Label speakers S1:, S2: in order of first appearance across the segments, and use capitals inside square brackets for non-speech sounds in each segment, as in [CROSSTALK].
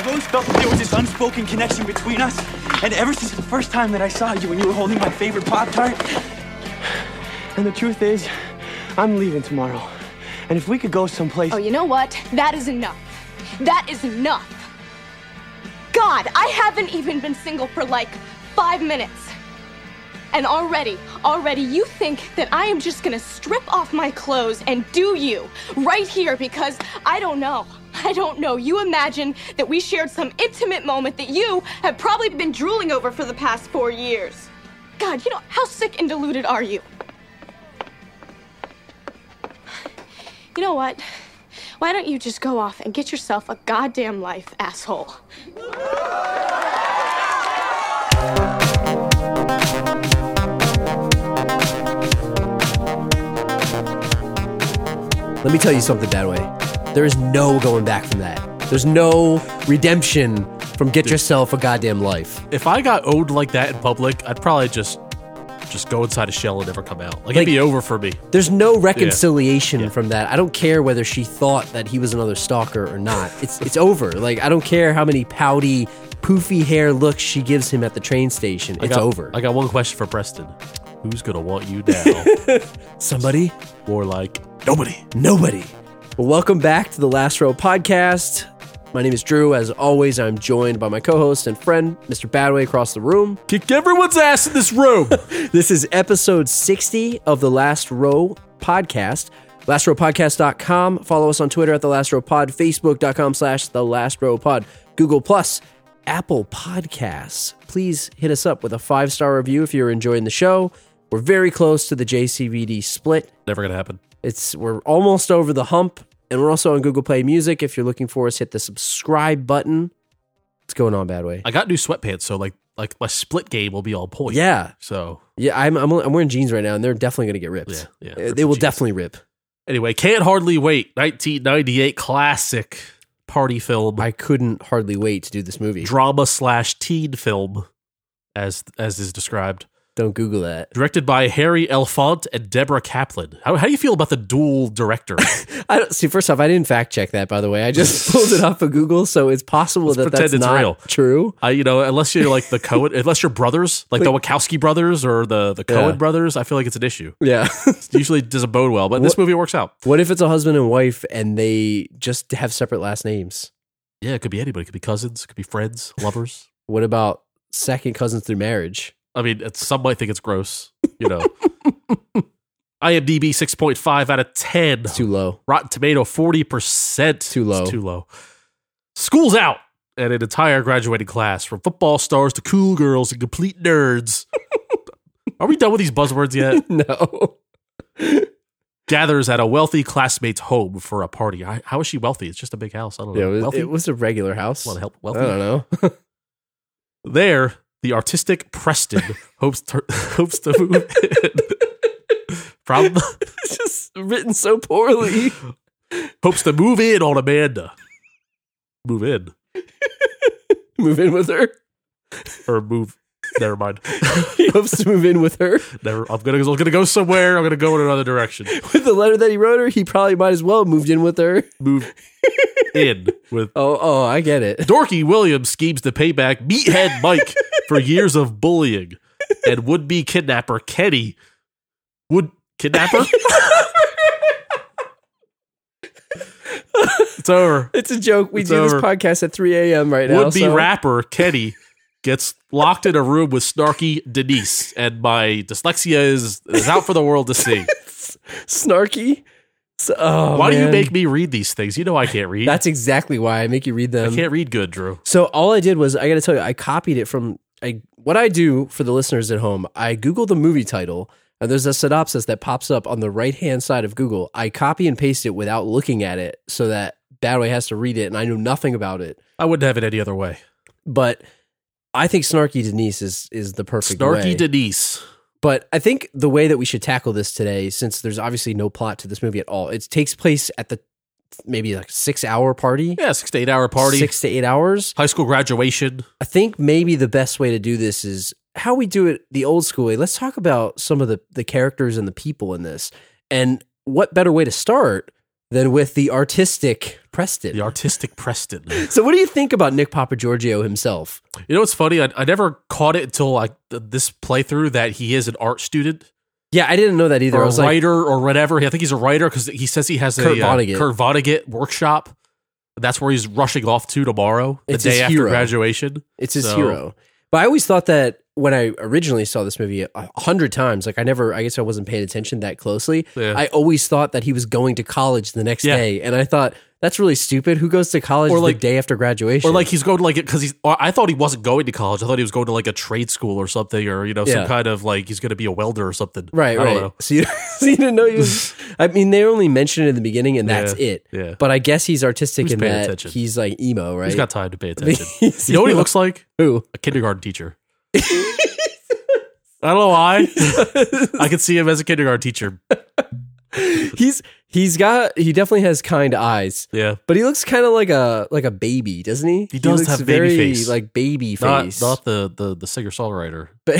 S1: Felt that there was this unspoken connection between us. And ever since the first time that I saw you and you were holding my favorite Pop Tart. And the truth is, I'm leaving tomorrow. And if we could go someplace.
S2: Oh, you know what? That is enough. That is enough. God, I haven't even been single for like five minutes. And already, already you think that I am just gonna strip off my clothes and do you right here because I don't know. I don't know. You imagine that we shared some intimate moment that you have probably been drooling over for the past four years. God, you know, how sick and deluded are you? You know what? Why don't you just go off and get yourself a goddamn life, asshole?
S3: Let me tell you something, that way. There is no going back from that. There's no redemption from get yourself a goddamn life.
S4: If I got owed like that in public, I'd probably just just go inside a shell and never come out. Like,
S3: Like-
S4: it'd be over for me.
S3: There's no reconciliation from that. I don't care whether she thought that he was another stalker or not. It's it's over. Like I don't care how many pouty, poofy hair looks she gives him at the train station.
S4: I
S3: It's
S4: got-
S3: over.
S4: I got one question for Preston. Who's gonna want
S3: [LAUGHS]
S4: you now?
S3: Somebody
S4: More like nobody.
S3: Nobody. Well, welcome back to the Last Row podcast. My name is Drew. As always, I'm joined by my co host and friend, Mr. Badway, across the room.
S4: Kick everyone's ass in
S3: [LAUGHS]
S4: this room.
S3: This is episode 60 of the Last Row podcast. LastRowPodcast.com. Follow us on Twitter at The Last Row Pod, Facebook.com slash The Last Row Pod, Google Plus, Apple Podcasts. Please hit us up with a five star review if you're enjoying the show. We're very close to the JCVD split.
S4: Never gonna happen.
S3: It's we're almost over the hump, and we're also on Google Play Music. If you're looking for us, hit the subscribe button. What's going on, bad way?
S4: I got new sweatpants, so like like my split game will be on point.
S3: Yeah,
S4: So
S3: yeah. I'm I'm, I'm wearing jeans right now, and they're definitely going to get ripped.
S4: Yeah, yeah,
S3: Uh,
S4: rip
S3: they
S4: the
S3: will
S4: jeans.
S3: definitely rip.
S4: anyway, can't hardly wait. 1998 classic party film,
S3: I couldn't hardly wait to do this movie.
S4: drama slash teen film, as as is described.
S3: Don't Google that.
S4: Directed by Harry Elfont and Deborah Kaplan. How, how do you feel about the dual director?
S3: I don't see. First off, I didn't fact check that. By the way, I just [LAUGHS] pulled it off of Google, so it's possible that
S4: pretend
S3: that's
S4: it's
S3: not
S4: real.
S3: true.
S4: I, Uh, you know, unless you're like the Cohen, unless you're brothers, like the Wachowski brothers or the the Cohen
S3: Yeah.
S4: brothers, I feel like it's an issue.
S3: Yeah. [LAUGHS]
S4: It usually doesn't bode well, but this movie works out.
S3: what if it's a husband and wife, and they just have separate last names?
S4: Yeah, it could be anybody. It could be cousins. It could be friends, lovers.
S3: What about second cousins through marriage?
S4: I mean, it's, some might think it's gross. You know, IMDb six point five out of ten.
S3: It's too low. [LAUGHS]
S4: Rotten Tomato forty percent.
S3: Too low.
S4: Too low. School's out, and an entire graduating class from football stars to cool girls and
S3: [LAUGHS]
S4: complete nerds. Are we done with these buzzwords yet?
S3: No.
S4: Gathers at a wealthy classmate's home for a party. I, how is she wealthy? It's just a big house. I don't know.
S3: Yeah, it was,
S4: wealthy.
S3: it was a regular house.
S4: Want to help
S3: I
S4: wealthy?
S3: don't know. [LAUGHS]
S4: There, the
S3: [LAUGHS]
S4: artistic Preston hopes to, hopes to move in. From,
S3: it's just written so
S4: [LAUGHS]
S3: poorly.
S4: hopes to move in on Amanda. Move in
S3: move in with her. [LAUGHS]
S4: or move. Never mind.
S3: He hopes to move in with her.
S4: Never. I'm gonna. I'm gonna go somewhere. I'm gonna go in another direction.
S3: With the letter that he wrote her, he probably might as well moved in with her.
S4: Move in with
S3: Oh, oh, I get it.
S4: Dorky Williams schemes to pay back Meathead Mike for years of bullying, and would-be kidnapper Kenny would kidnapper. it's over.
S3: [LAUGHS] It's a joke. We
S4: It's
S3: do
S4: over.
S3: this podcast at 3 a.m. right now.
S4: Would-be
S3: so-
S4: rapper Kenny gets locked in a room with snarky Denise, and my dyslexia is is out for the world to see.
S3: Snarky. So, [LAUGHS] oh,
S4: Why do you
S3: man.
S4: make me read these things? You know I can't read.
S3: That's exactly why I make you read
S4: I
S3: them.
S4: can't read good, Drew.
S3: So all I did was I got to tell you I copied it from I what I do for the listeners at home. I Google the movie title and there's a synopsis that pops up on the right hand side of Google. I copy and paste it without looking at it so that Badway has to read it and I know nothing about it.
S4: I wouldn't have it any other way.
S3: But I think Snarky Denise is is the perfect
S4: Snarky
S3: way.
S4: Denise.
S3: But I think the way that we should tackle this today, since there's obviously no plot to this movie at all, it takes place at the maybe like six hour party,
S4: Yeah, six to eight hour party.
S3: six to eight hours.
S4: High school graduation.
S3: I think maybe the best way to do this is how we do it the old school way. Let's talk about some of the the characters and the people in this. And what better way to start than with the artistic Preston.
S4: The artistic Preston.
S3: So, what do you think about Nick Papa Giorgio himself?
S4: [LAUGHS] You know what's funny? I, I never caught it until like th- this playthrough that he is an art student
S3: Yeah, I didn't know that either.
S4: or
S3: I
S4: a
S3: was like,
S4: writer or whatever. I think he's a writer because he says he has
S3: Kurt
S4: a uh,
S3: Vonnegut.
S4: Kurt Vonnegut workshop. That's where he's rushing off to tomorrow, the
S3: It's his
S4: day after
S3: hero.
S4: graduation.
S3: it's his
S4: so-
S3: hero. But I always thought that when I originally saw this movie a hundred times, like I never, I guess I wasn't paying attention that closely.
S4: Yeah.
S3: I always thought that he was going to college the next
S4: Yeah.
S3: day, and I thought that's really stupid. Who goes to college
S4: Or
S3: the
S4: like-
S3: day after graduation?
S4: Or like he's going to like because he's. Or I thought he wasn't going to college. I thought he was going to like a trade school or something, or you know,
S3: Yeah.
S4: some kind of like he's going to be a welder or something.
S3: Right,
S4: I
S3: right.
S4: don't know.
S3: So, you, [LAUGHS] so you didn't know he
S4: [LAUGHS]
S3: was. I mean, they only mentioned it in the beginning, and that's
S4: Yeah,
S3: it.
S4: yeah.
S3: But I guess he's artistic
S4: Who's
S3: in
S4: paying
S3: that
S4: attention?
S3: he's like emo, right?
S4: He's got time to
S3: [LAUGHS]
S4: pay attention.
S3: He's
S4: you know what he
S3: emo.
S4: looks like?
S3: Who? [LAUGHS]
S4: A kindergarten teacher. I don't know why. I
S3: [LAUGHS]
S4: could see him as a kindergarten teacher.
S3: He's he's got he definitely has kind eyes,
S4: Yeah,
S3: but he looks kind of like a like a baby, doesn't he?
S4: He does
S3: looks
S4: have baby
S3: very,
S4: face.
S3: like baby
S4: not
S3: face. [LAUGHS]
S4: not the the, the singer songwriter.
S3: but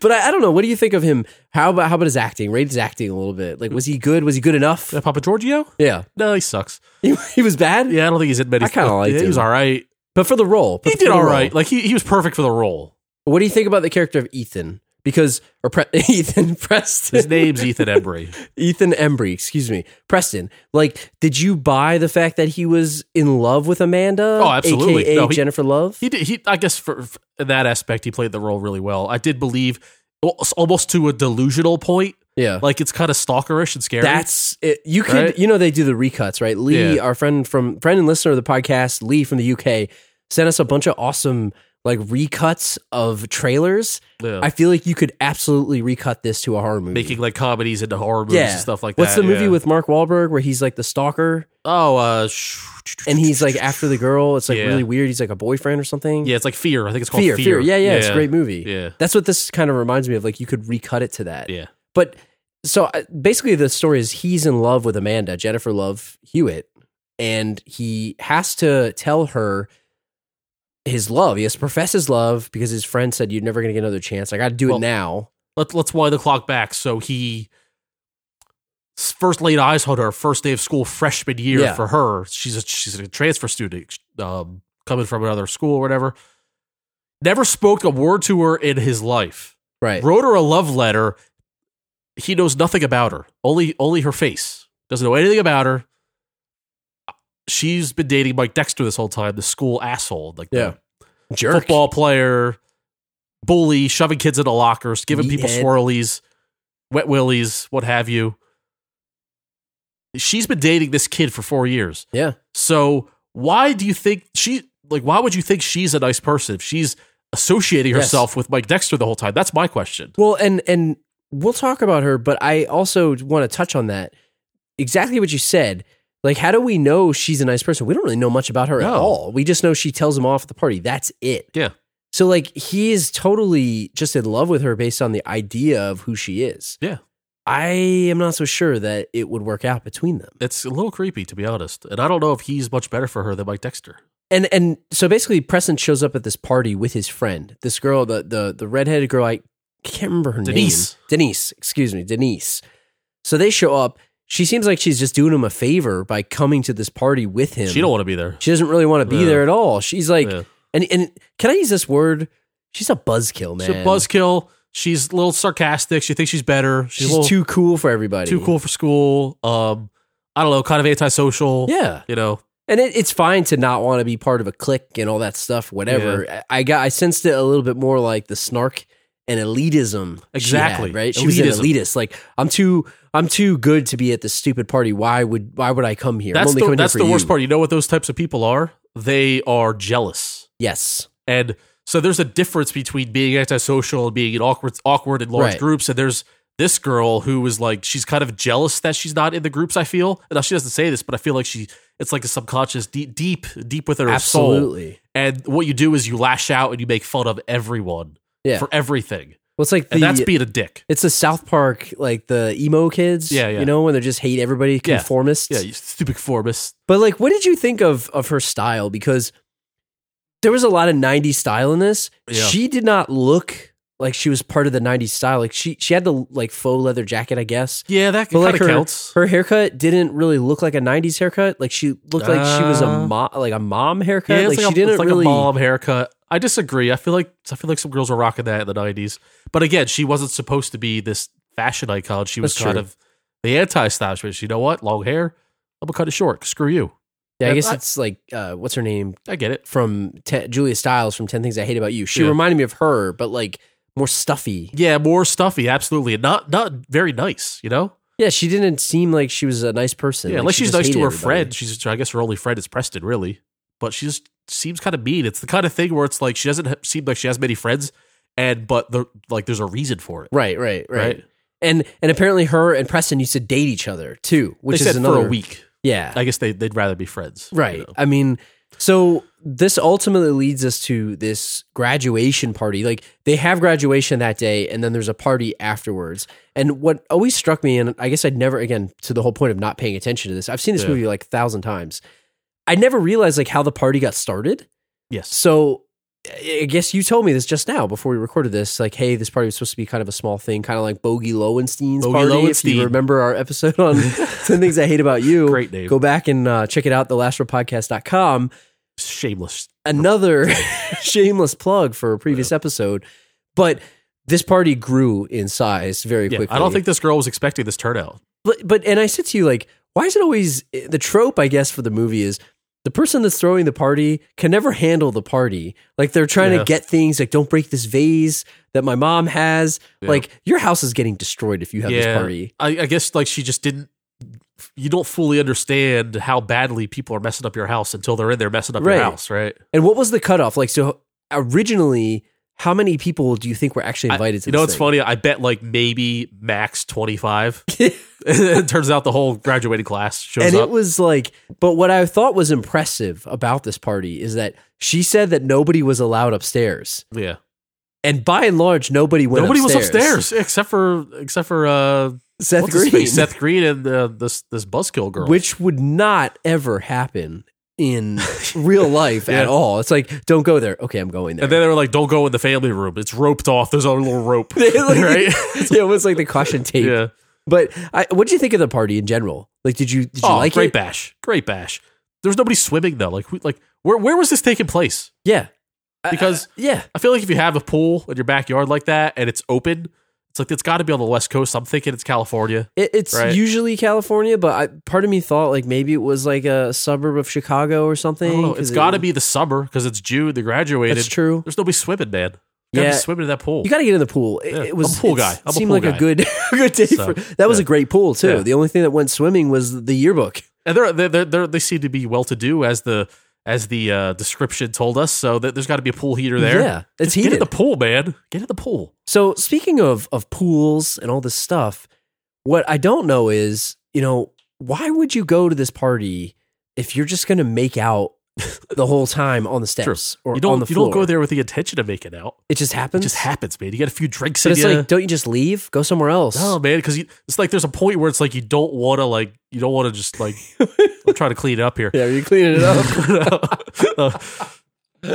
S3: but I, I don't know. What do you think of him? How about how about his acting? Rate his acting a little bit. Like, was he good? Was he good enough?
S4: Uh, Papa Giorgio?
S3: Yeah, [LAUGHS]
S4: No, he sucks.
S3: he, he was bad.
S4: Yeah, I don't think he's in many.
S3: I kinda liked
S4: yeah, He was
S3: him.
S4: all right.
S3: but for the role, but
S4: He
S3: for
S4: did
S3: the
S4: all
S3: role.
S4: right. Like he he was perfect for the role.
S3: What do you think about the character of Ethan? Because or Pre- [LAUGHS] Ethan [LAUGHS]
S4: His
S3: Preston,
S4: name's Ethan Embry.
S3: Ethan Embry, excuse me, Preston. Like, did you buy the fact that he was in love with Amanda?
S4: Oh, absolutely.
S3: AKA
S4: No, he-
S3: Jennifer Love.
S4: He did. He I guess for, for in that aspect, he played the role really well. I did believe al- almost to a delusional point.
S3: yeah,
S4: Like it's kind of stalkerish and scary.
S3: that's it. You could,
S4: Right?
S3: you know, they do the recuts, right? Lee,
S4: Yeah.
S3: our friend from friend and listener of the podcast, Lee from the UK, sent us a bunch of awesome like recuts of trailers.
S4: Yeah.
S3: I feel like you could absolutely recut this to a horror movie.
S4: making like comedies into horror movies and stuff like
S3: What's
S4: that.
S3: the movie
S4: yeah.
S3: with Mark Wahlberg where he's like the stalker?
S4: Oh, uh, sh-
S3: and he's like after the girl. It's like
S4: Yeah.
S3: really weird. He's like a boyfriend or something.
S4: [LAUGHS] yeah, it's like Fear. I think it's called
S3: fear,
S4: Fear.
S3: fear, Yeah, yeah, It's a great movie.
S4: Yeah.
S3: that's what this kind of reminds me of. Like you could recut it to that.
S4: Yeah.
S3: But so uh, basically, the story is he's in love with Amanda Jennifer Love Hewitt, and he has to tell her his love. He has to profess his love because his friend said you're never going to get another chance. I got to do
S4: Well,
S3: it now.
S4: Let, let's wind the clock back. So he s- first laid eyes on her first day of school freshman year
S3: Yeah.
S4: for her. She's a, she's a transfer student um, coming from another school or whatever. Never spoke a word to her in his life.
S3: Right.
S4: Wrote her a love letter. He knows nothing about her. Only only her face. Doesn't know anything about her. She's been dating Mike Dexter this whole time, the school asshole, like
S3: Yeah.
S4: the
S3: Jerk.
S4: football player, bully, shoving kids into lockers, giving people
S3: Meathead.
S4: swirlies, wet willies, what have you. She's been dating this kid for four years.
S3: Yeah.
S4: So why do you think she like why would you think she's a nice person if she's associating
S3: Yes.
S4: herself with Mike Dexter the whole time? That's my question.
S3: Well, and and we'll talk about her, but I also want to touch on that. Exactly what you said. Like, how do we know she's a nice person? We don't really know much about her at
S4: No.
S3: all. We just know she tells him off at the party. That's it.
S4: Yeah.
S3: So, like, he is totally just in love with her based on the idea of who she is.
S4: Yeah.
S3: I am not so sure that it would work out between them.
S4: It's a little creepy to be honest. And I don't know if he's much better for her than Mike Dexter.
S3: And and so basically, Preston shows up at this party with his friend, this girl, the the the redheaded girl. I can't remember her
S4: Denise.
S3: name. Denise, excuse me, Denise. So they show up. She seems like she's just doing him a favor by coming to this party with him.
S4: She don't want to be there.
S3: She doesn't really want to be
S4: Yeah.
S3: there at all. She's like,
S4: Yeah.
S3: and and can I use this word? She's a buzzkill, man.
S4: She's a buzzkill. She's a little sarcastic. She thinks she's better.
S3: She's
S4: She's, a little,
S3: too cool for everybody.
S4: too cool for school. Um, I don't know, kind of antisocial.
S3: Yeah,
S4: you know,
S3: and it, it's fine to not want to be part of a clique and all that stuff. Whatever. I, I got. I sensed it a little bit more like the snark and elitism. she
S4: Exactly.
S3: had, right. She was an
S4: Elitism.
S3: elitist. Like I'm too. I'm too good to be at this stupid party. Why would Why would I come here? I'm
S4: that's
S3: only
S4: the
S3: coming
S4: that's
S3: here
S4: the
S3: for
S4: worst
S3: you.
S4: part. You know what those types of people are? They are jealous,
S3: Yes.
S4: and so there's a difference between being antisocial and being in awkward awkward in large
S3: Right.
S4: groups. And there's this girl who is like she's kind of jealous that she's not in the groups. I feel, and now she doesn't say this, but I feel like she it's like a subconscious deep deep deep within her soul.
S3: Absolutely.
S4: And what you do is you lash out and you make fun of everyone
S3: Yeah.
S4: for everything,
S3: Well, it's like the.
S4: and that's being a dick.
S3: it's the South Park, like the emo kids.
S4: Yeah, yeah.
S3: You know when they just hate everybody,
S4: Yeah.
S3: conformists.
S4: Yeah, you stupid conformist.
S3: But like, what did you think of of her style? Because there was a lot of '90s style in this.
S4: Yeah.
S3: She did not look like she was part of the 90s style. Like she she had the like faux leather jacket, I guess.
S4: Yeah, that
S3: But
S4: kind
S3: like
S4: of
S3: her,
S4: counts.
S3: her haircut didn't really look like a 90s haircut. Like she looked like she was a
S4: Uh,
S3: mom like a mom haircut.
S4: yeah, it's
S3: like, she
S4: like, a,
S3: didn't
S4: it's like
S3: really
S4: a mom haircut. I disagree. I feel like I feel like some girls were rocking that in the nineties. But again, she wasn't supposed to be this fashion icon. She was
S3: That's
S4: kind
S3: true.
S4: of the anti establishment. You know what? Long hair. I'm gonna cut it short. Screw you.
S3: Yeah, I guess
S4: I-
S3: it's like uh what's her name
S4: I get it.
S3: from te- Julia Stiles from 10 Things I Hate About You. She
S4: Yeah.
S3: reminded me of her, but like more stuffy.
S4: Yeah, more stuffy. Absolutely, and not not very nice. You know.
S3: Yeah, she didn't seem like she was a nice person.
S4: Yeah,
S3: Like,
S4: unless
S3: she
S4: she's
S3: just
S4: nice to
S3: hated
S4: her
S3: everybody.
S4: friend. She's, I guess, her only friend is Preston, really. But she just seems kind of mean. It's the kind of thing where it's like she doesn't ha- seem like she has many friends, and but the like, there's a reason for it,
S3: Right, right, right,
S4: right?
S3: And and apparently her and Preston used to date each other too, which
S4: they
S3: is
S4: said
S3: another
S4: for a week.
S3: Yeah,
S4: I guess they they'd rather be friends, you
S3: right.
S4: know?
S3: I mean, so this ultimately leads us to this graduation party. Like they have graduation that day, and then there's a party afterwards. And what always struck me, and I guess I'd never again to the whole point of not paying attention to this. I've seen this
S4: Yeah.
S3: movie like a thousand times. I never realized like how the party got started.
S4: Yes,
S3: So I guess you told me this just now before we recorded this. Like, hey, this party was supposed to be kind of a small thing, kind of like Bogey Lowenstein's
S4: Bogey
S3: party. If
S4: Lowenstein.
S3: you remember our episode
S4: [LAUGHS]
S3: on 10 Things I Hate About You,
S4: Great name.
S3: Go back and uh, check it out, thelastrapodcast.com.
S4: shameless.
S3: Another [LAUGHS] shameless plug for a previous episode. But this party grew in size very
S4: Yeah,
S3: quickly.
S4: I don't think this girl was expecting this turnout.
S3: But, but and I said to you, like, why is it always eh, the trope? I guess for the movie is the person that's throwing the party can never handle the party. Like they're trying
S4: Yeah.
S3: to get things like, don't break this vase that my mom has.
S4: Yeah.
S3: Like your house is getting destroyed if you have this
S4: yeah,
S3: party.
S4: I, I guess like she just didn't. You don't fully understand how badly people are messing up your house until they're in there messing up
S3: Right.
S4: your house, right?
S3: And what was the cutoff? Like so originally, how many people do you think were actually invited?
S4: I,
S3: to
S4: you know,
S3: this
S4: it's
S3: thing?
S4: funny. I bet like maybe max twenty five. [LAUGHS] it turns out the whole graduating class shows
S3: And
S4: up.
S3: it was like, but what I thought was impressive about this party is that she said that nobody was allowed upstairs,
S4: yeah,
S3: and by and large, nobody went.
S4: nobody was upstairs except for except for uh,
S3: Seth
S4: what's his
S3: Green.
S4: face? Seth Green and uh, this this buzzkill girl.
S3: which would not ever happen in
S4: [LAUGHS]
S3: real life at
S4: Yeah.
S3: all. It's like, don't go there. Okay, I'm going there.
S4: and then they were like, "Don't go in the family room. It's roped off. There's a little
S3: [LAUGHS]
S4: rope,
S3: They, like,
S4: [LAUGHS] right?
S3: [LAUGHS] yeah, it was like the caution tape.
S4: yeah."
S3: But I, what did you think of the party in general? Like, did you did you
S4: Oh,
S3: like
S4: great
S3: it?
S4: bash, great bash. There's nobody swimming though. Like, who, like where where was this taking place?
S3: Yeah, I-
S4: Because
S3: I- yeah,
S4: I feel like if you have a pool in your backyard like that and it's open, it's like it's got to be on the west coast. I'm thinking it's California.
S3: it, it's
S4: Right.
S3: usually California. But I, part of me thought like maybe it was like a suburb of Chicago or
S4: I
S3: something.
S4: don't know.
S3: 'cause
S4: It's
S3: it-
S4: got to be the summer because it's June. They graduated.
S3: That's true.
S4: There's nobody swimming, man. You gotta
S3: Yeah.
S4: be swimming in that pool.
S3: You got to get in the pool. It,
S4: Yeah,
S3: it was
S4: I'm a pool guy.
S3: It
S4: I'm a
S3: seemed
S4: pool
S3: like
S4: guy.
S3: a good [LAUGHS] good day
S4: So,
S3: for that. Was
S4: yeah.
S3: a great pool too.
S4: Yeah.
S3: The only thing that went swimming was the yearbook.
S4: and they're, they're, they're, they're, they seem to be well to do as the as the uh, description told us. So th- there's got to be a pool heater there.
S3: Yeah, it's
S4: Just get in
S3: heated.
S4: the pool, man. Get in the pool.
S3: So speaking of of pools and all this stuff, what I don't know is, you know, why would you go to this party if you're just going to make out [LAUGHS] the whole time on the steps or
S4: You don't
S3: on the
S4: you
S3: floor?
S4: don't go there with the intention of making out.
S3: It just
S4: It
S3: happens.
S4: just happens, man. You get a few drinks
S3: But
S4: in
S3: it's
S4: you.
S3: like, don't you just leave? Go somewhere else.
S4: no, man, because it's like there's a point where it's like you don't want to like you don't want to
S3: [LAUGHS]
S4: just like I'm trying to clean it up here.
S3: Yeah, you cleaning it up.
S4: [LAUGHS] Uh,
S3: [LAUGHS]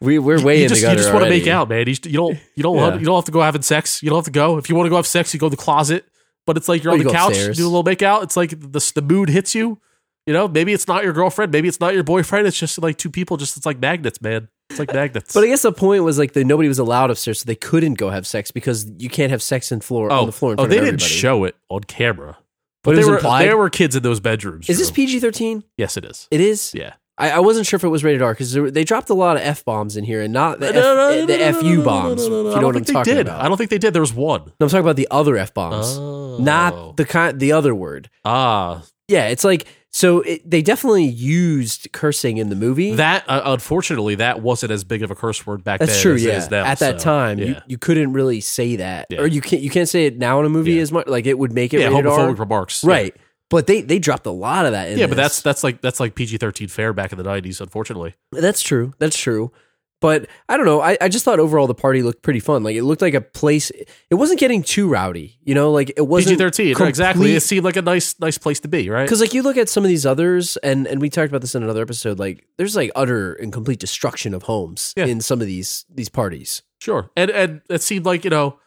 S3: we we're way
S4: you
S3: in
S4: just
S3: the
S4: you
S3: gutter.
S4: just want to
S3: already.
S4: make out, man. You, just- you don't you don't have,
S3: Yeah.
S4: you don't have to go having sex. You don't have to go. If you want to go have sex, you go to the closet. But it's like you're
S3: Or
S4: on
S3: you
S4: the
S3: go
S4: couch,
S3: upstairs.
S4: do a little make out. It's like the the mood hits you. You know, maybe it's not your girlfriend, maybe it's not your boyfriend. It's just like two people. Just it's like magnets, man. It's like magnets.
S3: But I guess the point was like that nobody was allowed upstairs, so they couldn't go have sex because you can't have sex in floor on the floor. In
S4: oh,
S3: front
S4: they
S3: of
S4: didn't
S3: everybody.
S4: show it on camera.
S3: But, it
S4: there
S3: was
S4: were
S3: implied.
S4: there were kids in those bedrooms.
S3: is this
S4: Drew.
S3: PG thirteen?
S4: yes, it is.
S3: It is.
S4: Yeah.
S3: I, I wasn't sure if it was rated R because they dropped a lot of f bombs in here and not the,
S4: No, no,
S3: F, eh,
S4: no,
S3: the
S4: no, no, no,
S3: fu
S4: no,
S3: bombs.
S4: no,
S3: if
S4: no, no, no.
S3: You know
S4: I don't
S3: what I'm
S4: think they
S3: talking
S4: did.
S3: about?
S4: I don't think they did. There was one.
S3: No, I'm talking about the other f bombs,
S4: Oh.
S3: not the kind, the other word.
S4: ah
S3: Yeah, it's like so. It, they definitely used cursing in the movie.
S4: that. Uh, unfortunately, that wasn't as big of a curse word back
S3: That's
S4: then.
S3: true.
S4: as it
S3: Yeah,
S4: is now,
S3: at that
S4: so,
S3: time, you,
S4: yeah,
S3: you couldn't really say that,
S4: Yeah.
S3: or you can't you can't say it now in a movie
S4: Yeah.
S3: as much. Like it would make it
S4: yeah
S3: rated R,
S4: homophobic remarks. Yeah.
S3: right? But they they dropped a lot of that. in
S4: Yeah, but
S3: this.
S4: that's that's like that's like PG thirteen fare back in the nineties. Unfortunately,
S3: That's true. That's true. But I don't know. I, I just thought overall the party looked pretty fun. Like it looked like a place. It wasn't getting too rowdy, you know. Like it wasn't
S4: PG thirteen.
S3: complete-
S4: Exactly.
S3: [LAUGHS]
S4: It seemed like a nice, nice place to be, right?
S3: because like you look at some of these others and and we talked about this in another episode like there's like utter and complete destruction of homes
S4: Yeah.
S3: in some of these these parties
S4: Sure. And and it seemed like, you know,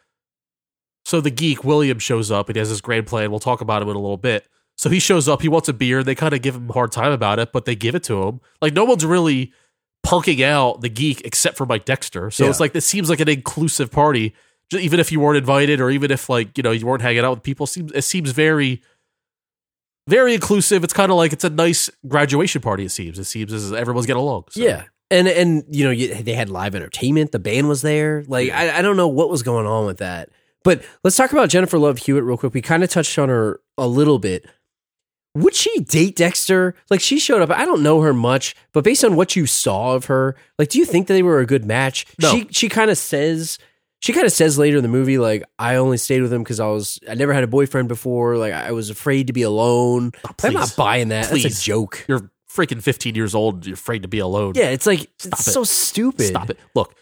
S4: so the geek William shows up and he has this great plan. We'll talk about him in a little bit. So he shows up, he wants a beer, they kind of give him a hard time about it, but they give it to him. Like no one's really punking out the geek except for Mike Dexter. So it's
S3: Yeah.
S4: like this seems like an inclusive party. Ju- Even if you weren't invited or even if like, you know, you weren't hanging out with people, seems it seems very very inclusive. It's kind of like it's a nice graduation party, it seems. It seems as everyone's getting along. So.
S3: yeah and and you know you, they had live entertainment the band was there like I, I don't know what was going on with that but let's talk about jennifer love hewitt real quick we kind of touched on her a little bit would she date dexter like she showed up i don't know her much but based on what you saw of her like do you think that they were a good match
S4: No.
S3: she she kind of says she kind of says later in the movie like i only stayed with him because i was i never had a boyfriend before like i was afraid to be alone i'm
S4: please.
S3: not buying that that's
S4: Please.
S3: a joke
S4: You're freaking 15 years old, you're afraid to be alone.
S3: yeah it's like it's
S4: it.
S3: so stupid
S4: Stop it. Look,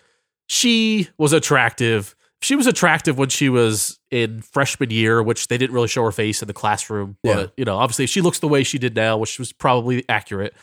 S4: she was attractive. She was attractive when she was in freshman year, which they didn't really show her face in the classroom. But,
S3: Yeah.
S4: you know, obviously she looks the way she did now, which was probably accurate.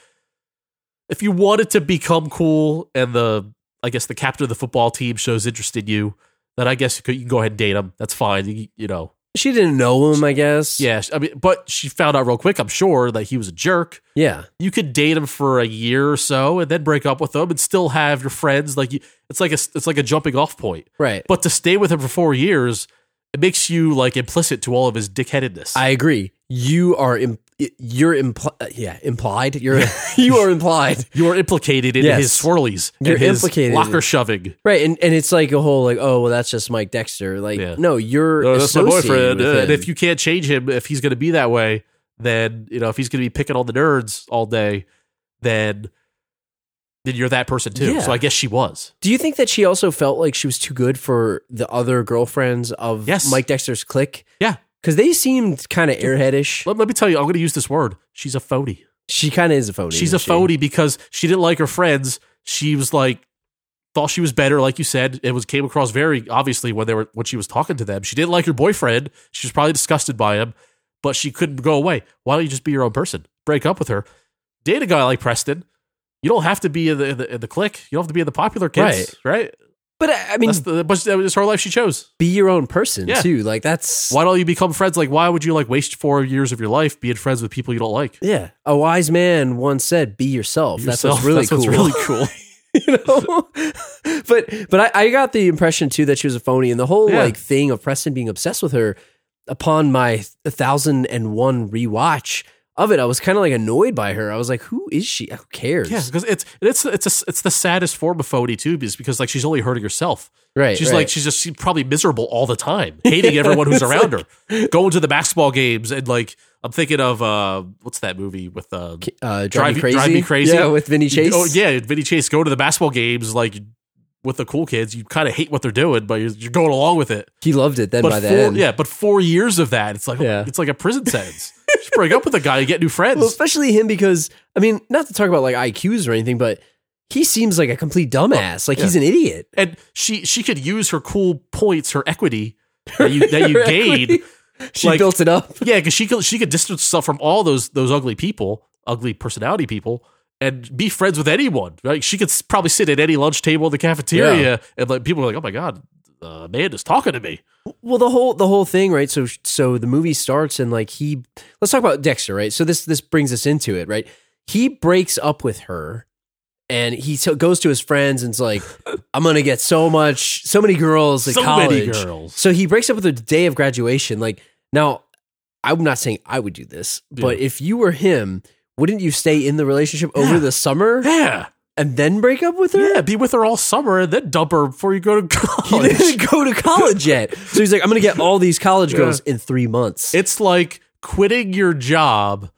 S4: If you wanted to become cool and the, I guess, the captain of the football team shows interest in you, then I guess you, could, you can go ahead and date him. That's fine. You, you know,
S3: She didn't know him, I guess.
S4: yeah. I mean, but she found out real quick, I'm sure, that he was a jerk.
S3: Yeah.
S4: you could date him for a year or so and then break up with him and still have your friends like you, it's like a it's like a jumping off point
S3: Right.
S4: but to stay with him for four years it makes you like implicit to all of his dickheadedness
S3: I agree. You are Im- you're impl- yeah, implied. You're [LAUGHS] you are implied.
S4: you are implicated in
S3: Yes.
S4: his swirlies and
S3: You're
S4: his
S3: implicated.
S4: locker shoving
S3: Right. And and it's like a whole like, oh, well that's just Mike Dexter. Like
S4: Yeah.
S3: no, you're associated with
S4: uh,
S3: him.
S4: and if you can't change him if he's going to be that way then you know if he's going to be picking on the nerds all day then then you're that person too
S3: Yeah.
S4: so i guess she was
S3: Do you think that she also felt like she was too good for the other girlfriends of
S4: Yes.
S3: Mike Dexter's clique?
S4: yeah
S3: Cuz they seemed kind of airheadish.
S4: let, let me tell you i'm going to use this word she's a phony
S3: She kind of is a phony.
S4: She's
S3: isn't
S4: a
S3: she?
S4: phony because she didn't like her friends. She was like thought she was better, like you said. It was came across very obviously when they were when she was talking to them. She didn't like her boyfriend. She was probably disgusted by him, but she couldn't go away. Why don't you just be your own person? Break up with her. Date a guy like Preston. You don't have to be in the in the, in the clique. You don't have to be in the popular kids, right?
S3: But I I mean,
S4: That's the, but that was her life she chose.
S3: be your own person
S4: Yeah.
S3: too. Like that's
S4: Why don't you become friends? Like, why would you like waste four years of your life being friends with people you don't like?
S3: yeah. A wise man once said, "Be yourself." that's
S4: Yourself. [LAUGHS]
S3: what's really
S4: that's
S3: cool.
S4: what's really
S3: [LAUGHS]
S4: cool.
S3: you know? but but I, I got the impression too that she was a phony and the whole
S4: Yeah.
S3: like thing of Preston being obsessed with her upon my thousand and one rewatch of it, I was kinda like annoyed by her. I was like, Who is she? Who cares?
S4: Yeah, because it's it's it's a, it's the saddest form of phony too, is because like she's only hurting herself.
S3: Right,
S4: She's
S3: right.
S4: like she's just she's probably miserable all the time, hating everyone
S3: [LAUGHS]
S4: who's around her, going to the basketball games, and like I'm thinking of uh, what's that movie with uh,
S3: Uh, drive,
S4: Drive,
S3: me crazy.
S4: Drive Me Crazy?
S3: Yeah, with Vinny Chase.
S4: Oh yeah, Vinny Chase. Go to the basketball games like with the cool kids. You kind of hate what they're doing, but you're, you're going along with it.
S3: He loved it then
S4: But
S3: by
S4: four,
S3: the end.
S4: yeah, but four years of that, it's like
S3: Yeah.
S4: it's like a prison sentence. Just break up with a guy, and get new
S3: [LAUGHS]
S4: friends.
S3: Well, especially him because I mean, not to talk about like IQs or anything, but he seems like a complete
S4: Oh,
S3: dumbass. Like he's an idiot.
S4: and she she could use her cool points, her equity
S3: [LAUGHS]
S4: that you that you
S3: Her
S4: gain.
S3: equity. She
S4: Like-
S3: built it up.
S4: Yeah, because she could she could distance herself from all those those ugly people, ugly personality people, and be friends with anyone. Right? She could s- probably sit at any lunch table in the cafeteria, and like people are like, "Oh my god, uh, man is talking to me."
S3: Well, the whole the whole thing, right? So so the movie starts and like he let's talk about Dexter, right? So this this brings us into it, right? He breaks up with her, and he so goes to his friends and's
S4: [LAUGHS]
S3: like, "I'm gonna get so much, so many girls at
S4: So many
S3: college."
S4: girls.
S3: So he breaks up with her the day of graduation. Like now, I'm not saying I would do this, but if you were him, wouldn't you stay in the relationship over the
S4: [LAUGHS]
S3: summer
S4: Yeah,
S3: and then break up with her?
S4: yeah. Be with her all summer and then dump her before
S3: [LAUGHS]
S4: you go to
S3: He
S4: college.
S3: didn't go to college yet, so he's like, "I'm gonna get all these college girls in three months."
S4: It's like quitting your job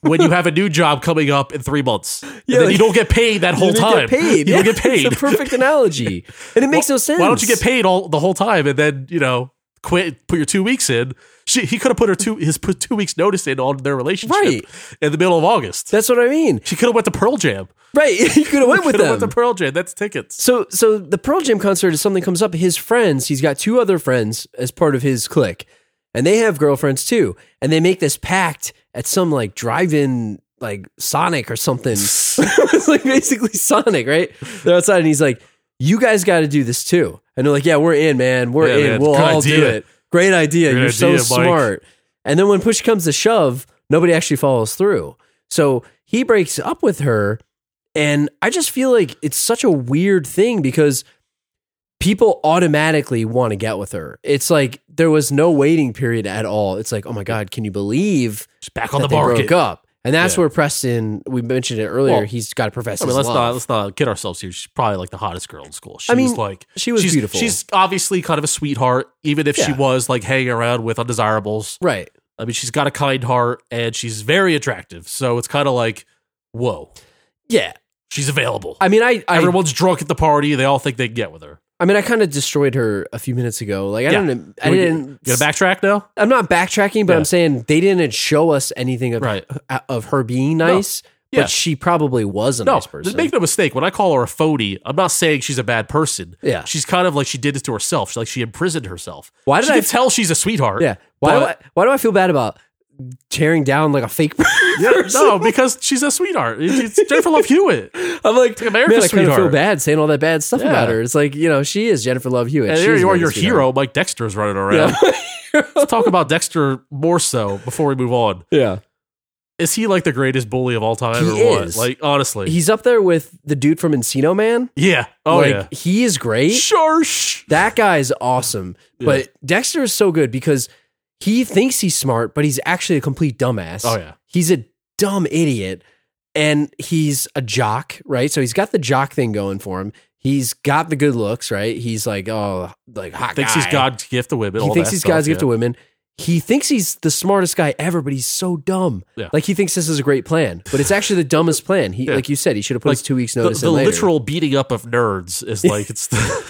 S4: when you have a new job coming up in three months. And
S3: [LAUGHS] Yeah,
S4: then
S3: like-
S4: you don't get paid that whole
S3: you don't
S4: time.
S3: Get paid.
S4: You
S3: Yeah,
S4: don't get
S3: [LAUGHS]
S4: paid.
S3: It's a perfect
S4: [LAUGHS]
S3: analogy, and it makes no sense.
S4: Why don't you get paid all the whole time and then you know quit? Put your two weeks in. She, he could have put her two his put two weeks notice in on their relationship
S3: Right.
S4: in the middle of August.
S3: That's what I mean.
S4: she could have went to Pearl Jam.
S3: Right, [LAUGHS] you could have went with
S4: Could've went
S3: them.
S4: to Pearl Jam. That's tickets.
S3: so, so the Pearl Jam concert, if something comes up, his friends, he's got two other friends as part of his clique, and they have girlfriends too, and they make this pact at some like drive-in like Sonic or
S4: [LAUGHS]
S3: something. [LAUGHS] it's like basically Sonic, right? They're outside, and he's like, "You guys got to do this too," and they're like, "Yeah, we're in, man. We're
S4: Yeah,
S3: in.
S4: man.
S3: We'll
S4: Good
S3: all do
S4: idea.
S3: it. Great idea.
S4: Great
S3: You're so
S4: idea, Mike."
S3: smart." And then when push comes to shove, nobody actually follows through. So he breaks up with her. And I just feel like it's such a weird thing because people automatically want to get with her. It's like there was no waiting period at all. It's like, oh my God, can you believe
S4: Just back on
S3: that
S4: the
S3: they
S4: market.
S3: broke up? And that's
S4: Yeah.
S3: where Preston, we mentioned it earlier,
S4: Well,
S3: he's got to profess
S4: I mean,
S3: his
S4: let's
S3: love.
S4: not let's not kid ourselves here. She's probably like the hottest girl in school. She
S3: I mean,
S4: was like
S3: she was
S4: she's,
S3: beautiful.
S4: She's obviously kind of a sweetheart, even if she
S3: Yeah.
S4: was like hanging around with undesirables.
S3: right.
S4: I mean, she's got a kind heart and she's very attractive. So it's kind of like, whoa,
S3: Yeah.
S4: she's available.
S3: I mean, I, I
S4: Everyone's drunk at the party. They all think they can get with her.
S3: I mean, I kind of destroyed her a few minutes ago. Like, I
S4: Yeah.
S3: didn't, I
S4: You wanna-
S3: didn't,
S4: You gonna backtrack now?
S3: I'm not backtracking, but
S4: Yeah.
S3: I'm saying they didn't show us anything of, uh,
S4: Right.
S3: of her being nice,
S4: Yeah.
S3: but she probably was a
S4: No,
S3: nice person.
S4: make no mistake. When I call her a phony, I'm not saying she's a bad person.
S3: Yeah.
S4: she's kind of like she did this to herself. She, like she imprisoned herself.
S3: Why did
S4: she
S3: I
S4: can
S3: f-
S4: tell she's a sweetheart?
S3: Yeah. Why
S4: but-
S3: do I, why do I feel bad about tearing down like a fake [LAUGHS] person?
S4: no, because she's a sweetheart. It's it's Jennifer Love
S3: [LAUGHS]
S4: Hewitt.
S3: I'm like,
S4: like
S3: man,
S4: America's
S3: I kind of feel
S4: sweetheart.
S3: bad saying all that bad stuff
S4: Yeah.
S3: about her. It's like you know, she is Jennifer Love Hewitt.
S4: And
S3: She
S4: there
S3: is
S4: you are, your
S3: America's sweetheart.
S4: hero, Mike Dexter's
S3: [LAUGHS]
S4: running around. Let's talk about Dexter more so before we move on.
S3: Yeah,
S4: Is he like the greatest bully of all time
S3: He
S4: or what?
S3: is.
S4: Like honestly.
S3: he's up there with the dude from Encino Man.
S4: yeah. Oh
S3: like,
S4: yeah.
S3: he is great.
S4: Sharsh.
S3: That guy is awesome.
S4: Yeah.
S3: But Dexter is so good because he thinks he's smart, but he's actually a complete dumbass.
S4: Oh, yeah.
S3: He's a dumb idiot. And he's a jock, right? So he's got the jock thing going for him. He's got the good looks, right? He's like, oh, like hot
S4: Thinks
S3: guy.
S4: he's God's gift to women.
S3: He
S4: all
S3: thinks
S4: that
S3: he's
S4: stuff,
S3: God's
S4: yeah.
S3: gift to women. He thinks he's the smartest guy ever, but he's so dumb.
S4: Yeah.
S3: Like he thinks this is a great plan, but it's actually the dumbest plan. He,
S4: Yeah.
S3: like you said, he should have put
S4: Like,
S3: his two weeks
S4: The,
S3: notice
S4: the
S3: in later.
S4: literal beating up of nerds
S3: [LAUGHS]
S4: is like it's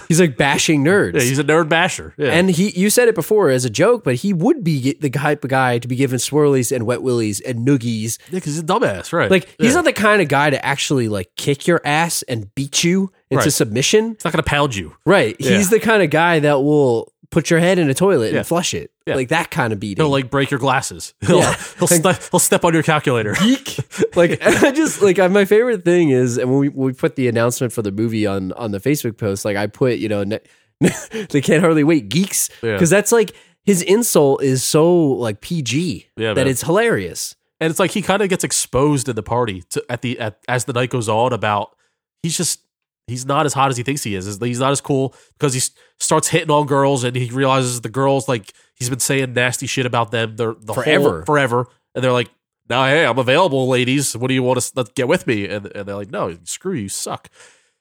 S3: He's like bashing nerds.
S4: yeah, he's a nerd basher. Yeah.
S3: And he, you said it before as a joke, but he would be the type of guy to be given swirlies and wet willies and noogies.
S4: because he's a dumbass, right?
S3: Like
S4: Yeah.
S3: he's not the kind of guy to actually like kick your ass and beat you into
S4: Right.
S3: submission.
S4: He's not gonna pound you.
S3: Right.
S4: Yeah.
S3: He's the kind of guy that will put your head in a toilet
S4: Yeah.
S3: and flush it.
S4: Yeah.
S3: Like that kind of beating.
S4: He'll like break your glasses. [LAUGHS] He'll
S3: Yeah.
S4: he'll, ste- he'll step on your calculator.
S3: geek. [LAUGHS] Like I just like I, my favorite thing is, and when we, when we put the announcement for the movie on on the Facebook post, like I put, you know, ne- [LAUGHS] they can't hardly wait, geeks,
S4: Yeah.
S3: because that's like his insult is so like PG
S4: Yeah,
S3: that
S4: man.
S3: it's hilarious.
S4: and it's like he kind of gets exposed in the party to, at the at, as the night goes on about he's just he's not as hot as he thinks he is. He's not as cool because he s- starts hitting on girls and he realizes the girls like he's been saying nasty shit about them their the whole-
S3: Forever.
S4: forever, and they're like. Now, hey, I'm available, ladies. What do you want to let's get with me? And, and they're like, no, screw you, you suck.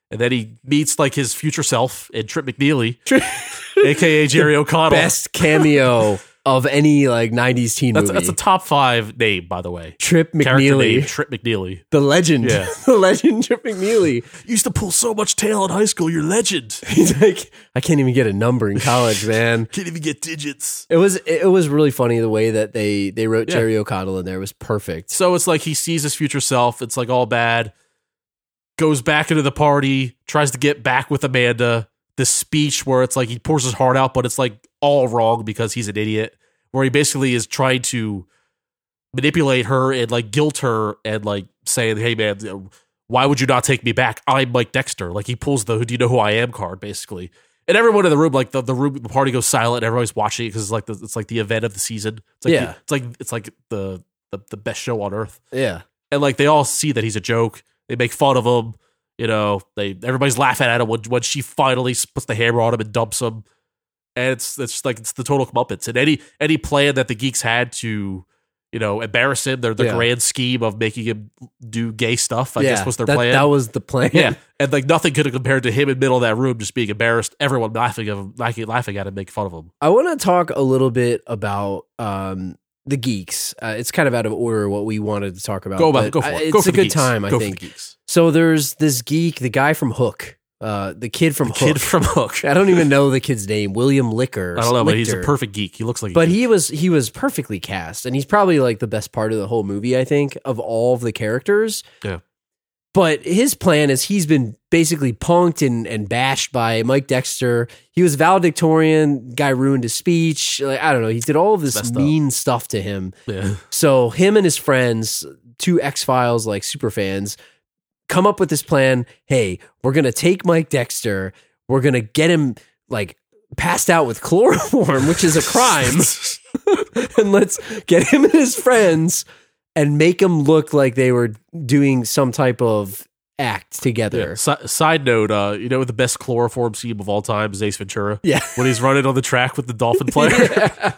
S4: And then he meets like his future self in Trip McNeely,
S3: [LAUGHS]
S4: aka Jerry O'Connell.
S3: Best cameo
S4: [LAUGHS]
S3: of any like '90s teen
S4: That's,
S3: movie.
S4: that's a top five name, by the way.
S3: Trip
S4: Character name,
S3: McNeely,
S4: Trip McNeely.
S3: the legend,
S4: Yeah.
S3: [LAUGHS] the legend Trip McNeely.
S4: used to pull so much tail in high school, you're legend.
S3: He's like, I can't even get a number in college, man.
S4: Can't even get digits.
S3: It was it was really funny the way that they they wrote
S4: Yeah.
S3: Jerry O'Connell in there It was perfect.
S4: So it's like he sees his future self. It's like all bad. Goes back into the party, tries to get back with Amanda. This speech where it's like he pours his heart out, but it's like all wrong because he's an idiot. Where he basically is trying to manipulate her and like guilt her and like saying, "Hey man, you know, why would you not take me back? I'm Mike Dexter." Like he pulls the "Do you know who I am?" card basically, and everyone in the room, like the, the room, the party goes silent. and Everybody's watching it because it's like the, it's like the event of the season. It's like
S3: Yeah.
S4: the- it's like it's like the, the the best show on earth,
S3: Yeah.
S4: and like they all see that he's a joke. They make fun of him. You know, they everybody's laughing at him when, when she finally puts the hammer on him and dumps him. And it's it's just like it's the total comeuppance. And any any plan that the geeks had to, you know, embarrass him, their the
S3: Yeah.
S4: grand scheme of making him do gay stuff, I guess was their
S3: that,
S4: plan.
S3: That was the plan.
S4: yeah, and like nothing could have compared to him in the middle of that room just being embarrassed, everyone laughing at him, laughing, laughing at him, making fun of him.
S3: [LAUGHS] I want to talk a little bit about um, the geeks. Uh, it's kind of out of order what we wanted to talk about.
S4: Go about,
S3: Uh, but
S4: go for
S3: I-
S4: it.
S3: It's
S4: go
S3: a
S4: for the
S3: good
S4: geeks.
S3: time, I
S4: go
S3: think.
S4: For the geeks.
S3: So there's this geek, the guy from Hook, uh, the kid from Hook.
S4: Kid from Hook.
S3: I don't even
S4: [LAUGHS]
S3: know the kid's name. William Licker.
S4: I don't know, but he's a
S3: Lichter.
S4: perfect geek. He looks like a
S3: But
S4: geek.
S3: he was he was perfectly cast, and he's probably like the best part of the whole movie. I think of all of the characters.
S4: Yeah.
S3: But his plan is he's been basically punked and, and bashed by Mike Dexter. He was valedictorian, guy ruined his speech. Like, I don't know. He did all of this
S4: Messed up.
S3: mean stuff to him. [LAUGHS]
S4: Yeah.
S3: So him and his friends, two X Files like super fans, come up with this plan. Hey, we're gonna take Mike Dexter. We're gonna get him like passed out with [LAUGHS] chloroform, which is a crime,
S4: [LAUGHS]
S3: [LAUGHS] and let's get him and his friends and make him look like they were doing some type of act
S4: Yeah.
S3: together.
S4: Si- side note, uh, you know the best chloroform scene of all time is Ace Ventura.
S3: Yeah.
S4: when he's running on the track with the
S3: [LAUGHS]
S4: dolphin player. [LAUGHS]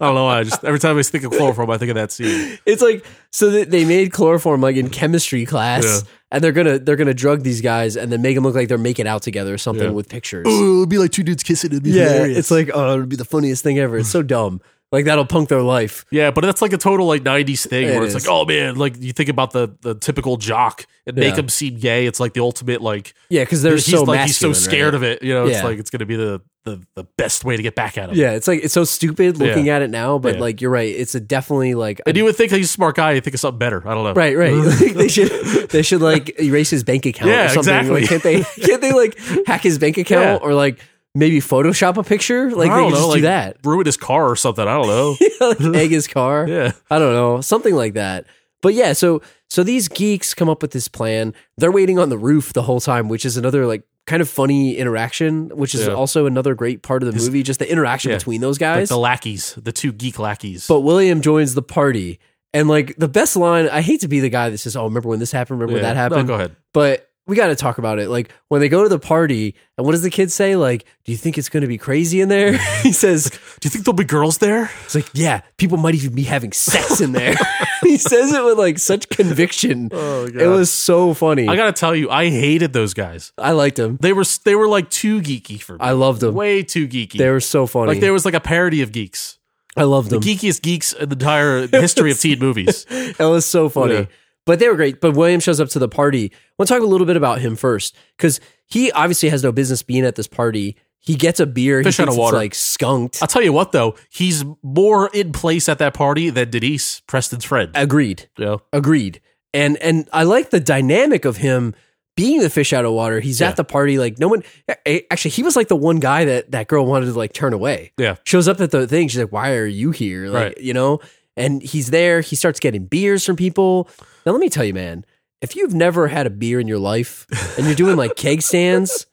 S4: I don't know why. I just every time I think of chloroform, I think of that scene.
S3: It's like so that they made chloroform like in chemistry class.
S4: Yeah.
S3: And they're gonna they're gonna drug these guys and then make them look like they're making out together or something
S4: Yeah.
S3: with pictures.
S4: it'll be like two dudes kissing. It'd be
S3: yeah, it's like oh, it'll be the funniest thing ever.
S4: [SIGHS]
S3: It's so dumb. Like that'll punk their life.
S4: Yeah, but that's like a total like '90s thing
S3: It
S4: where it's
S3: is.
S4: like, oh man, like you think about the the typical jock and make
S3: Yeah.
S4: him seem gay. It's like the ultimate like
S3: Yeah, because they're
S4: he's
S3: so
S4: like he's so
S3: masculine, right?
S4: scared of it. You know,
S3: Yeah.
S4: it's like it's gonna be the the the best way to get back at him.
S3: Yeah, it's like it's so stupid looking
S4: Yeah.
S3: at it now, but
S4: Yeah.
S3: like you're right. It's a definitely like a-
S4: and you would think that he's a smart guy. You think of something better. I don't know.
S3: right,
S4: [LAUGHS]
S3: right. Like, they should they should like erase his bank account or
S4: Yeah,
S3: something. Like,
S4: exactly.
S3: can't they can't they like hack his bank account
S4: [LAUGHS] Yeah.
S3: or like maybe Photoshop a picture? Like
S4: I
S3: they
S4: don't
S3: could
S4: know.
S3: just
S4: like
S3: do that.
S4: ruin his car or something. I don't
S3: [LAUGHS]
S4: know. [LAUGHS]
S3: like egg his car.
S4: yeah.
S3: I don't know, something like that. But yeah, so so these geeks come up with this plan. They're waiting on the roof the whole time, which is another like kind of funny interaction, which is
S4: Yeah.
S3: also another great part of the movie, just the interaction
S4: yeah.
S3: between those
S4: Like
S3: guys.
S4: the lackeys, the two geek lackeys.
S3: but William joins the party. And like the best line, I hate to be the guy that says, "Oh, remember when this happened? Remember
S4: Yeah.
S3: when that happened?"
S4: No, go ahead.
S3: But we got to talk about it. Like when they go to the party, and what does the kid say? Like, "Do you think it's going to be crazy in there?" [LAUGHS] he says,
S4: Do you think there'll be girls there?
S3: it's like, yeah, people might even be having sex in there. [LAUGHS] he says it with like such conviction.
S4: Oh, God.
S3: It was so funny.
S4: I
S3: I,
S4: gotta tell you, I hated those guys.
S3: liked them.
S4: They were they were like too geeky for me.
S3: I loved them.
S4: Way too geeky.
S3: They were so funny.
S4: like there was like a parody of geeks,
S3: I loved
S4: the
S3: them.
S4: geekiest geeks in
S3: [LAUGHS]
S4: the entire history of teen movies.
S3: it was so funny.
S4: Yeah.
S3: But they were great. But William shows up to the party. I want to talk a little bit about him first because he obviously has no business being at this party. He gets a beer.
S4: Fish
S3: he
S4: out
S3: thinks it's,
S4: of water.
S3: like skunked.
S4: I'll tell you what though, he's more in place at that party than Denise Preston's friend.
S3: Agreed.
S4: Yeah,
S3: Agreed. And and I like the dynamic of him being the fish out of water. He's
S4: Yeah.
S3: at the party like no one a- actually he was like the one guy that that girl wanted to like turn away.
S4: yeah,
S3: Shows up at the thing she's like why are you here? Like
S4: Right.
S3: you know? And he's there, he starts getting beers from people. Now let me tell you man, if you've never had a beer in your life and you're doing like keg
S4: [LAUGHS]
S3: stands,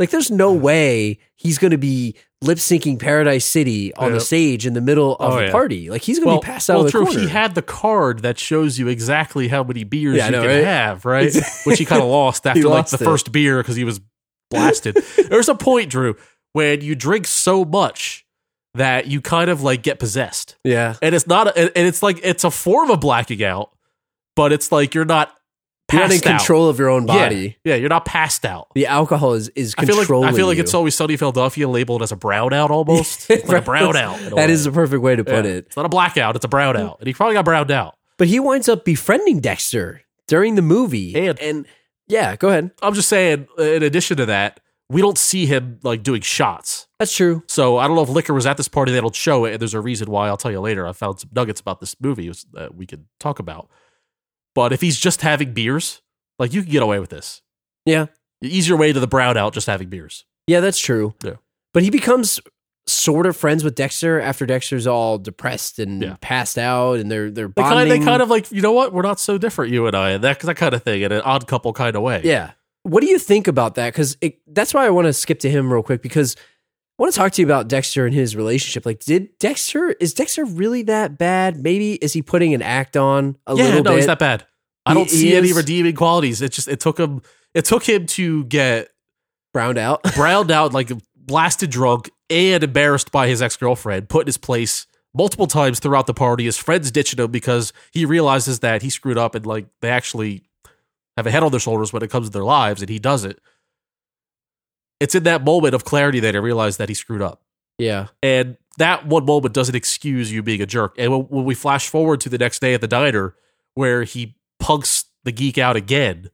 S3: like there's no way he's going to be lip syncing Paradise City on
S4: Yeah.
S3: the stage in the middle of
S4: Oh,
S3: a
S4: yeah.
S3: party. Like he's going to
S4: Well,
S3: be passed out
S4: well
S3: of the
S4: true.
S3: corner.
S4: He had the card that shows you exactly how many beers
S3: Yeah, I
S4: you
S3: know,
S4: can
S3: right?
S4: have, right? [LAUGHS] Which he kind
S3: [LAUGHS]
S4: of lost after
S3: lost
S4: like
S3: it.
S4: the first beer because he was blasted.
S3: [LAUGHS]
S4: There's a point, Drew, when you drink so much that you kind of like get possessed,
S3: yeah.
S4: and it's not, a, and and it's like it's a form of blacking out, but it's like you're not
S3: You're not in
S4: passed out.
S3: control of your own
S4: Yeah.
S3: body.
S4: Yeah, you're not passed out.
S3: The alcohol is is
S4: I feel like
S3: controlling.
S4: I feel like
S3: you. [LAUGHS]
S4: it's always Sunny Philadelphia labeled as a brownout almost, It's like a brownout. in a
S3: That
S4: way.
S3: is the perfect way to
S4: Yeah.
S3: put it.
S4: It's not a blackout; it's a brownout, and he probably got browned out.
S3: But he winds up befriending Dexter during the movie,
S4: And-
S3: yeah, go ahead.
S4: I'm just saying. In addition to that, we don't see him like doing shots.
S3: That's true.
S4: So I don't know if liquor was at this party. That'll show it. And there's a reason why. I'll tell you later. I found some nuggets about this movie that we could talk about. But if he's just having beers, like you can get away with this.
S3: Yeah,
S4: The Easier way to the brownout, just having beers.
S3: yeah, that's true.
S4: Yeah.
S3: But he becomes sort of friends with Dexter after Dexter's all depressed and
S4: Yeah.
S3: passed out, and they're they're
S4: They
S3: bonding.
S4: kind, of, they kind of like you know what? We're not so different, you and I, and that that kind of thing in an odd couple kind of way.
S3: Yeah. What do you think about that? Because that's why I want to skip to him real quick because I want to talk to you about Dexter and his relationship. Like, did Dexter is Dexter really that bad? Maybe is he putting an act on a
S4: yeah,
S3: little
S4: no,
S3: bit?
S4: he's not bad. I
S3: He-
S4: don't
S3: he
S4: see any
S3: is-
S4: redeeming qualities. It just it took him it took him to get
S3: browned out.
S4: [LAUGHS] browned out, like blasted drunk and embarrassed by his ex girlfriend, put in his place multiple times throughout the party. His friends ditching him because he realizes that he screwed up and like they actually have a head on their shoulders when it comes to their lives, and he does it. It's in that moment of clarity that I realized that he screwed up.
S3: yeah,
S4: And that one moment doesn't excuse you being a jerk. And when, when we flash forward to the next day at the diner where he punks the geek out again,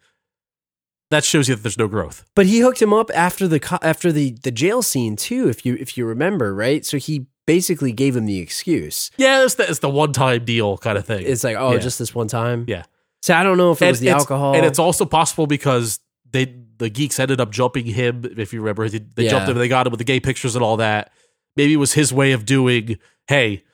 S4: that shows you that there's no growth.
S3: but he hooked him up after the co- after the the jail scene too. If you if you remember, right? So he basically gave him the excuse.
S4: Yeah, it's the, it's the one time deal kind of thing.
S3: It's like, oh,
S4: Yeah.
S3: just this one time.
S4: Yeah.
S3: So I don't know if it
S4: and
S3: was the
S4: it's-
S3: alcohol.
S4: and it's also possible because they the geeks ended up jumping him. If you remember, they, they
S3: Yeah.
S4: jumped him. and They got him with the gay pictures and all that. Maybe it was his way of doing, "Hey,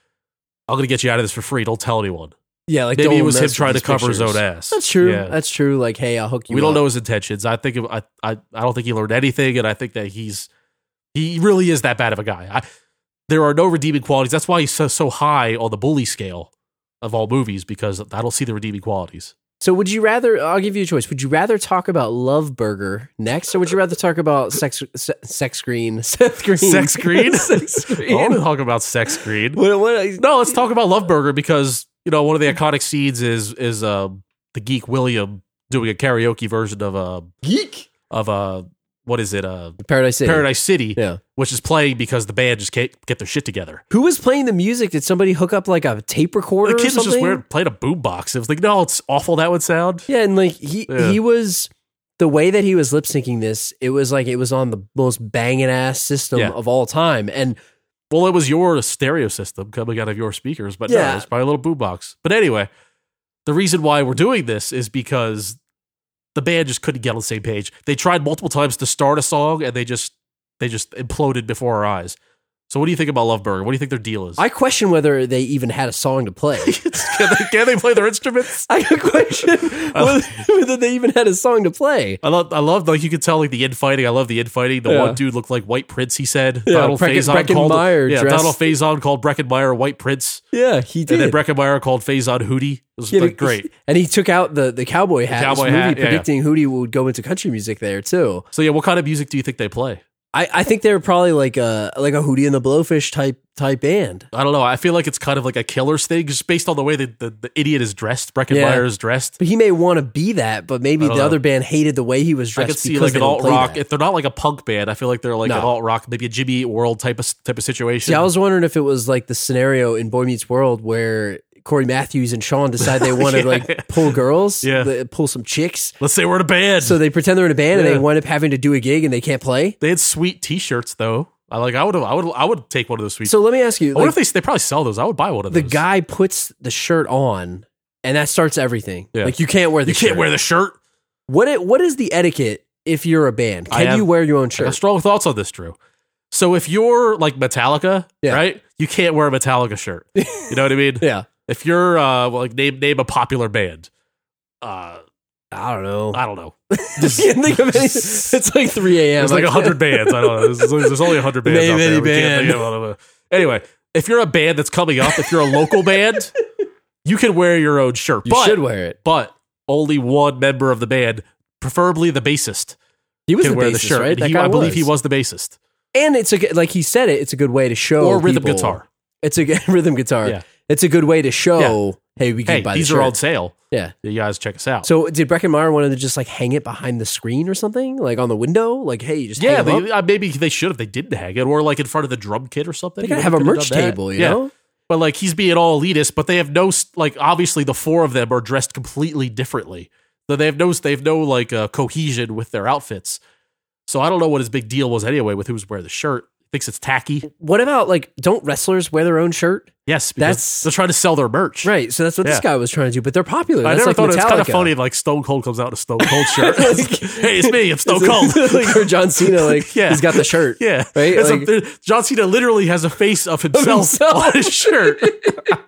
S4: I'm gonna get you out of this for free. Don't tell anyone."
S3: yeah, like
S4: Maybe
S3: don't
S4: it was
S3: mess
S4: him
S3: with
S4: trying to
S3: these
S4: cover his
S3: pictures.
S4: own ass.
S3: That's true.
S4: Yeah.
S3: That's true. Like, hey, I'll hook you.
S4: we don't
S3: up.
S4: know his intentions. I think it, I, I I don't think he learned anything, and I think that he's he really is that bad of a guy. I, there are no redeeming qualities. That's why he's so, so high on the bully scale of all movies because I don't see the redeeming qualities.
S3: [LAUGHS] So would you rather? I'll give you a choice. Would you rather talk about Love Burger next, or would you rather talk about sex, se- sex screen, [LAUGHS] sex screen,
S4: Sex
S3: [LAUGHS]
S4: screen?
S3: sex
S4: I want to
S3: screen?
S4: talk Oh, about sex
S3: [LAUGHS]
S4: screen.
S3: What- uh, what-
S4: No, let's talk about Love Burger because you know one of the iconic scenes is is uh, the geek William doing a karaoke version of a
S3: Geek
S4: of a what is it uh,
S3: Paradise City.
S4: Paradise City,
S3: Yeah.
S4: which is playing because the band just can't get their shit together.
S3: Who was playing the music? Did somebody hook up like a tape recorder?
S4: The
S3: or
S4: kid was just
S3: something?
S4: wearing played a boombox. It was like, no, it's awful that would sound.
S3: Yeah, and like he
S4: Yeah.
S3: he was the way that he was lip syncing this. It was like it was on the most banging ass system
S4: Yeah.
S3: of all time, and
S4: Well, it was your stereo system coming out of your speakers, but no,
S3: Yeah.
S4: it was probably a little boombox. But anyway, the reason why we're doing this is because the band just couldn't get on the same page. They tried multiple times to start a song, and they just they just imploded before our eyes. So, what do you think about Love Burger? What do you think their deal is?
S3: I question whether they even had a song to play.
S4: [LAUGHS] can, they, can they play their instruments?
S3: I question
S4: Oh.
S3: whether, [LAUGHS] whether they even had a song to play.
S4: I love, I love, like you could tell, like the infighting. I love the infighting. The
S3: Yeah.
S4: one dude looked like White Prince. He said
S3: Yeah,
S4: Donald
S3: Brecken-
S4: Faison called
S3: Breckenmeyer
S4: yeah,
S3: dressed-
S4: Donald Faison called Breckenmeyer White Prince,
S3: Yeah, he
S4: and
S3: did.
S4: then Breckenmeyer called Faison Hootie. It was
S3: Yeah, [LAUGHS]
S4: like
S3: but-
S4: great.
S3: And he took out the, the cowboy hat.
S4: cowboy
S3: this movie
S4: hat, yeah, yeah.
S3: predicting Hootie would go into country music there too.
S4: So yeah, what kind of music do you think they play?
S3: I, I think they were probably like a like a Hootie and the Blowfish type type band.
S4: I don't know. I feel like it's kind of like a killer's thing, just based on the way that the, the idiot is dressed. Breckenmeyer
S3: Yeah.
S4: is dressed.
S3: But he may want to be that, but maybe the
S4: I don't know.
S3: other band hated the way he was
S4: I
S3: dressed.
S4: could see
S3: because
S4: like
S3: they
S4: an
S3: don't
S4: alt
S3: play
S4: rock.
S3: that.
S4: If they're not like a punk band, I feel like they're like
S3: No.
S4: an alt rock, maybe a Jimmy Eat World type of type of situation.
S3: See, I was wondering if it was like the scenario in Boy Meets World where Corey Matthews and Sean decide
S4: [LAUGHS]
S3: they want to
S4: Yeah.
S3: like pull girls,
S4: Yeah.
S3: li- pull some chicks.
S4: Let's say we're in a band.
S3: So they pretend they're in a band and
S4: Yeah.
S3: they wind up having to do a gig and they can't play.
S4: they had sweet T-shirts though. I like. I would. I would. I would take one of those sweet.
S3: So let me ask you,
S4: I wonder
S3: like,
S4: if they they probably sell those. I would buy one of
S3: the
S4: those.
S3: guy puts the shirt on and that starts everything.
S4: Yeah.
S3: Like you can't wear the
S4: you can't
S3: shirt.
S4: wear the shirt.
S3: What it, what is the etiquette if you're a band?
S4: I
S3: Can
S4: have-
S3: you wear your own
S4: I got
S3: shirt?
S4: strong thoughts on this, Drew. So if you're like Metallica,
S3: Yeah.
S4: right? You can't wear a Metallica
S3: [LAUGHS]
S4: shirt. You know what I mean?
S3: Yeah.
S4: If you're uh, well, like name name a popular band, uh,
S3: I don't know. [LAUGHS] I
S4: I don't know. [LAUGHS]
S3: can't think of any. It's like 3 a.m.
S4: There's like
S3: I can't- [LAUGHS]
S4: hundred bands. I don't know. There's, there's only hundred bands
S3: Name
S4: out there.
S3: any
S4: We can't
S3: band.
S4: think of all of it. Anyway, if you're a band that's coming up, if you're a
S3: [LAUGHS]
S4: local band, you can wear your own shirt.
S3: You
S4: but,
S3: should wear it.
S4: but only one member of the band, preferably the bassist,
S3: He was
S4: can
S3: the
S4: wear
S3: bassist,
S4: the shirt.
S3: right?
S4: And
S3: That
S4: he,
S3: guy
S4: I believe he was the bassist
S3: And it's a good- like he said it. It's a good way to show
S4: or rhythm
S3: Oh, people-
S4: guitar.
S3: It's a good- [LAUGHS] rhythm guitar.
S4: Yeah.
S3: It's a good way to show. Hey, we can
S4: Hey,
S3: buy
S4: these
S3: the
S4: are
S3: shirt.
S4: on sale.
S3: yeah.
S4: You guys check us out.
S3: So did Breckenmeyer want to just like hang it behind the screen or something, like on the window? Like, hey, you just
S4: yeah,
S3: hang 'em up?
S4: they, uh, maybe they should if they didn't hang it, or like in front of the drum kit or something.
S3: They gotta
S4: You
S3: have a
S4: could've
S3: merch
S4: done that.
S3: table, you
S4: Yeah.
S3: know?
S4: But like he's being all elitist, but they have no s- like obviously the four of them are dressed completely differently. So they have no they have no like uh, cohesion with their outfits. So I don't know what his big deal was anyway with who's wearing the shirt. Thinks it's tacky.
S3: What about like don't wrestlers wear their own shirt?
S4: Yes, because
S3: That's-
S4: they're trying to sell their merch.
S3: Right. So that's what this
S4: Yeah.
S3: guy was trying to do, but they're popular.
S4: I
S3: That's
S4: never
S3: like
S4: thought
S3: Metallica.
S4: it was kind
S3: [LAUGHS]
S4: of funny. Like Stone Cold comes out in a Stone Cold shirt. [LAUGHS] hey, it's me. I'm Stone
S3: It's [LAUGHS]
S4: Cold. [LAUGHS]
S3: like for John Cena, like
S4: Yeah.
S3: he's got the shirt.
S4: Yeah,
S3: [LAUGHS] Right?
S4: It's a-
S3: Like-
S4: there- John Cena literally has a face of himself,
S3: himself. [LAUGHS]
S4: on his shirt. Can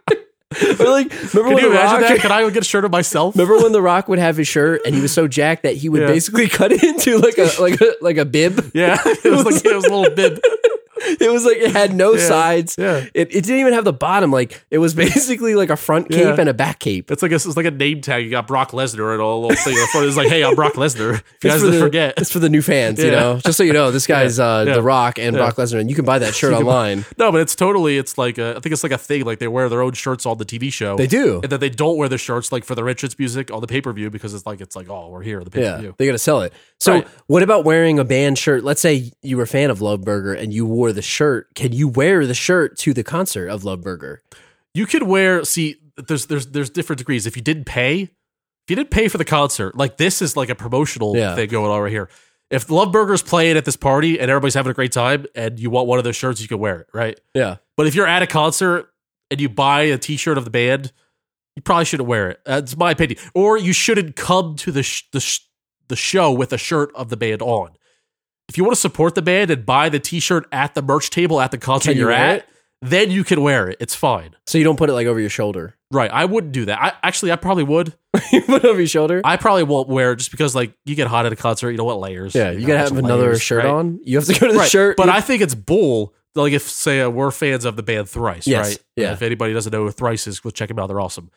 S3: Or, like remember when
S4: you
S3: the Rock,
S4: imagine that? Can I get a shirt of
S3: [LAUGHS]
S4: myself?
S3: remember when the Rock would have his shirt and he was so jacked that he would
S4: Yeah.
S3: basically cut it into like a like a like a bib.
S4: [LAUGHS]
S3: [LAUGHS]
S4: [LAUGHS] Yeah, it was like it was a little bib.
S3: It was like it had no sides.
S4: yeah.
S3: It, it didn't even have the bottom. Like it was basically like a front cape
S4: Yeah.
S3: and a back cape.
S4: It's like a, it's like a name tag. You got Brock Lesnar and all little thing in the front. It's like, hey, I'm Brock Lesnar.
S3: [LAUGHS]
S4: If you guys
S3: for
S4: didn't
S3: the,
S4: forget. [LAUGHS]
S3: It's for the new fans, you
S4: Yeah.
S3: know. Just so you know, this guy's uh,
S4: [LAUGHS] Yeah.
S3: The Rock and Brock Lesnar, and you can buy
S4: [LAUGHS]
S3: that shirt online.
S4: No, but it's totally. It's like a, I think it's like a thing. Like they wear their own shirts on the TV show.
S3: They do.
S4: and then they don't wear their shirts like for their entrance music on the pay per view because it's like it's like oh we're here the pay per
S3: Yeah,
S4: view.
S3: they got to sell it. So,
S4: Right.
S3: what about wearing a band shirt? Let's say you were a fan of Love Burger and you wore the shirt. Can you wear the shirt to the concert of Love Burger?
S4: you could wear see there's there's there's different degrees if you didn't pay if you didn't pay for the concert like this is like a promotional
S3: Yeah.
S4: thing going on right here if love burger's playing at this party and everybody's having a great time and you want one of those shirts you can wear it right
S3: Yeah,
S4: but if you're at a concert and you buy a t-shirt of the band You probably shouldn't wear it. That's my opinion. Or you shouldn't come to the sh- the sh- the show with a shirt of the band on. If you want to support the band and buy the T-shirt at the merch table at the concert
S3: Can you
S4: you're
S3: wear
S4: at,
S3: it?
S4: then you can wear it. It's fine.
S3: So you don't put it like over your shoulder. [LAUGHS]
S4: Right. I wouldn't do that. I actually I probably would.
S3: you put it over your shoulder.
S4: I probably won't wear it just because like you get hot at a concert, you don't want layers.
S3: yeah, you gotta
S4: know,
S3: have
S4: some
S3: another
S4: layers,
S3: shirt
S4: right?
S3: on. You have to go to the
S4: right.
S3: shirt.
S4: But
S3: you-
S4: I think it's bull. Like if say uh, we're fans of the band Thrice,
S3: Yes,
S4: right?
S3: yeah.
S4: If anybody doesn't know who Thrice is, go check them out. They're awesome.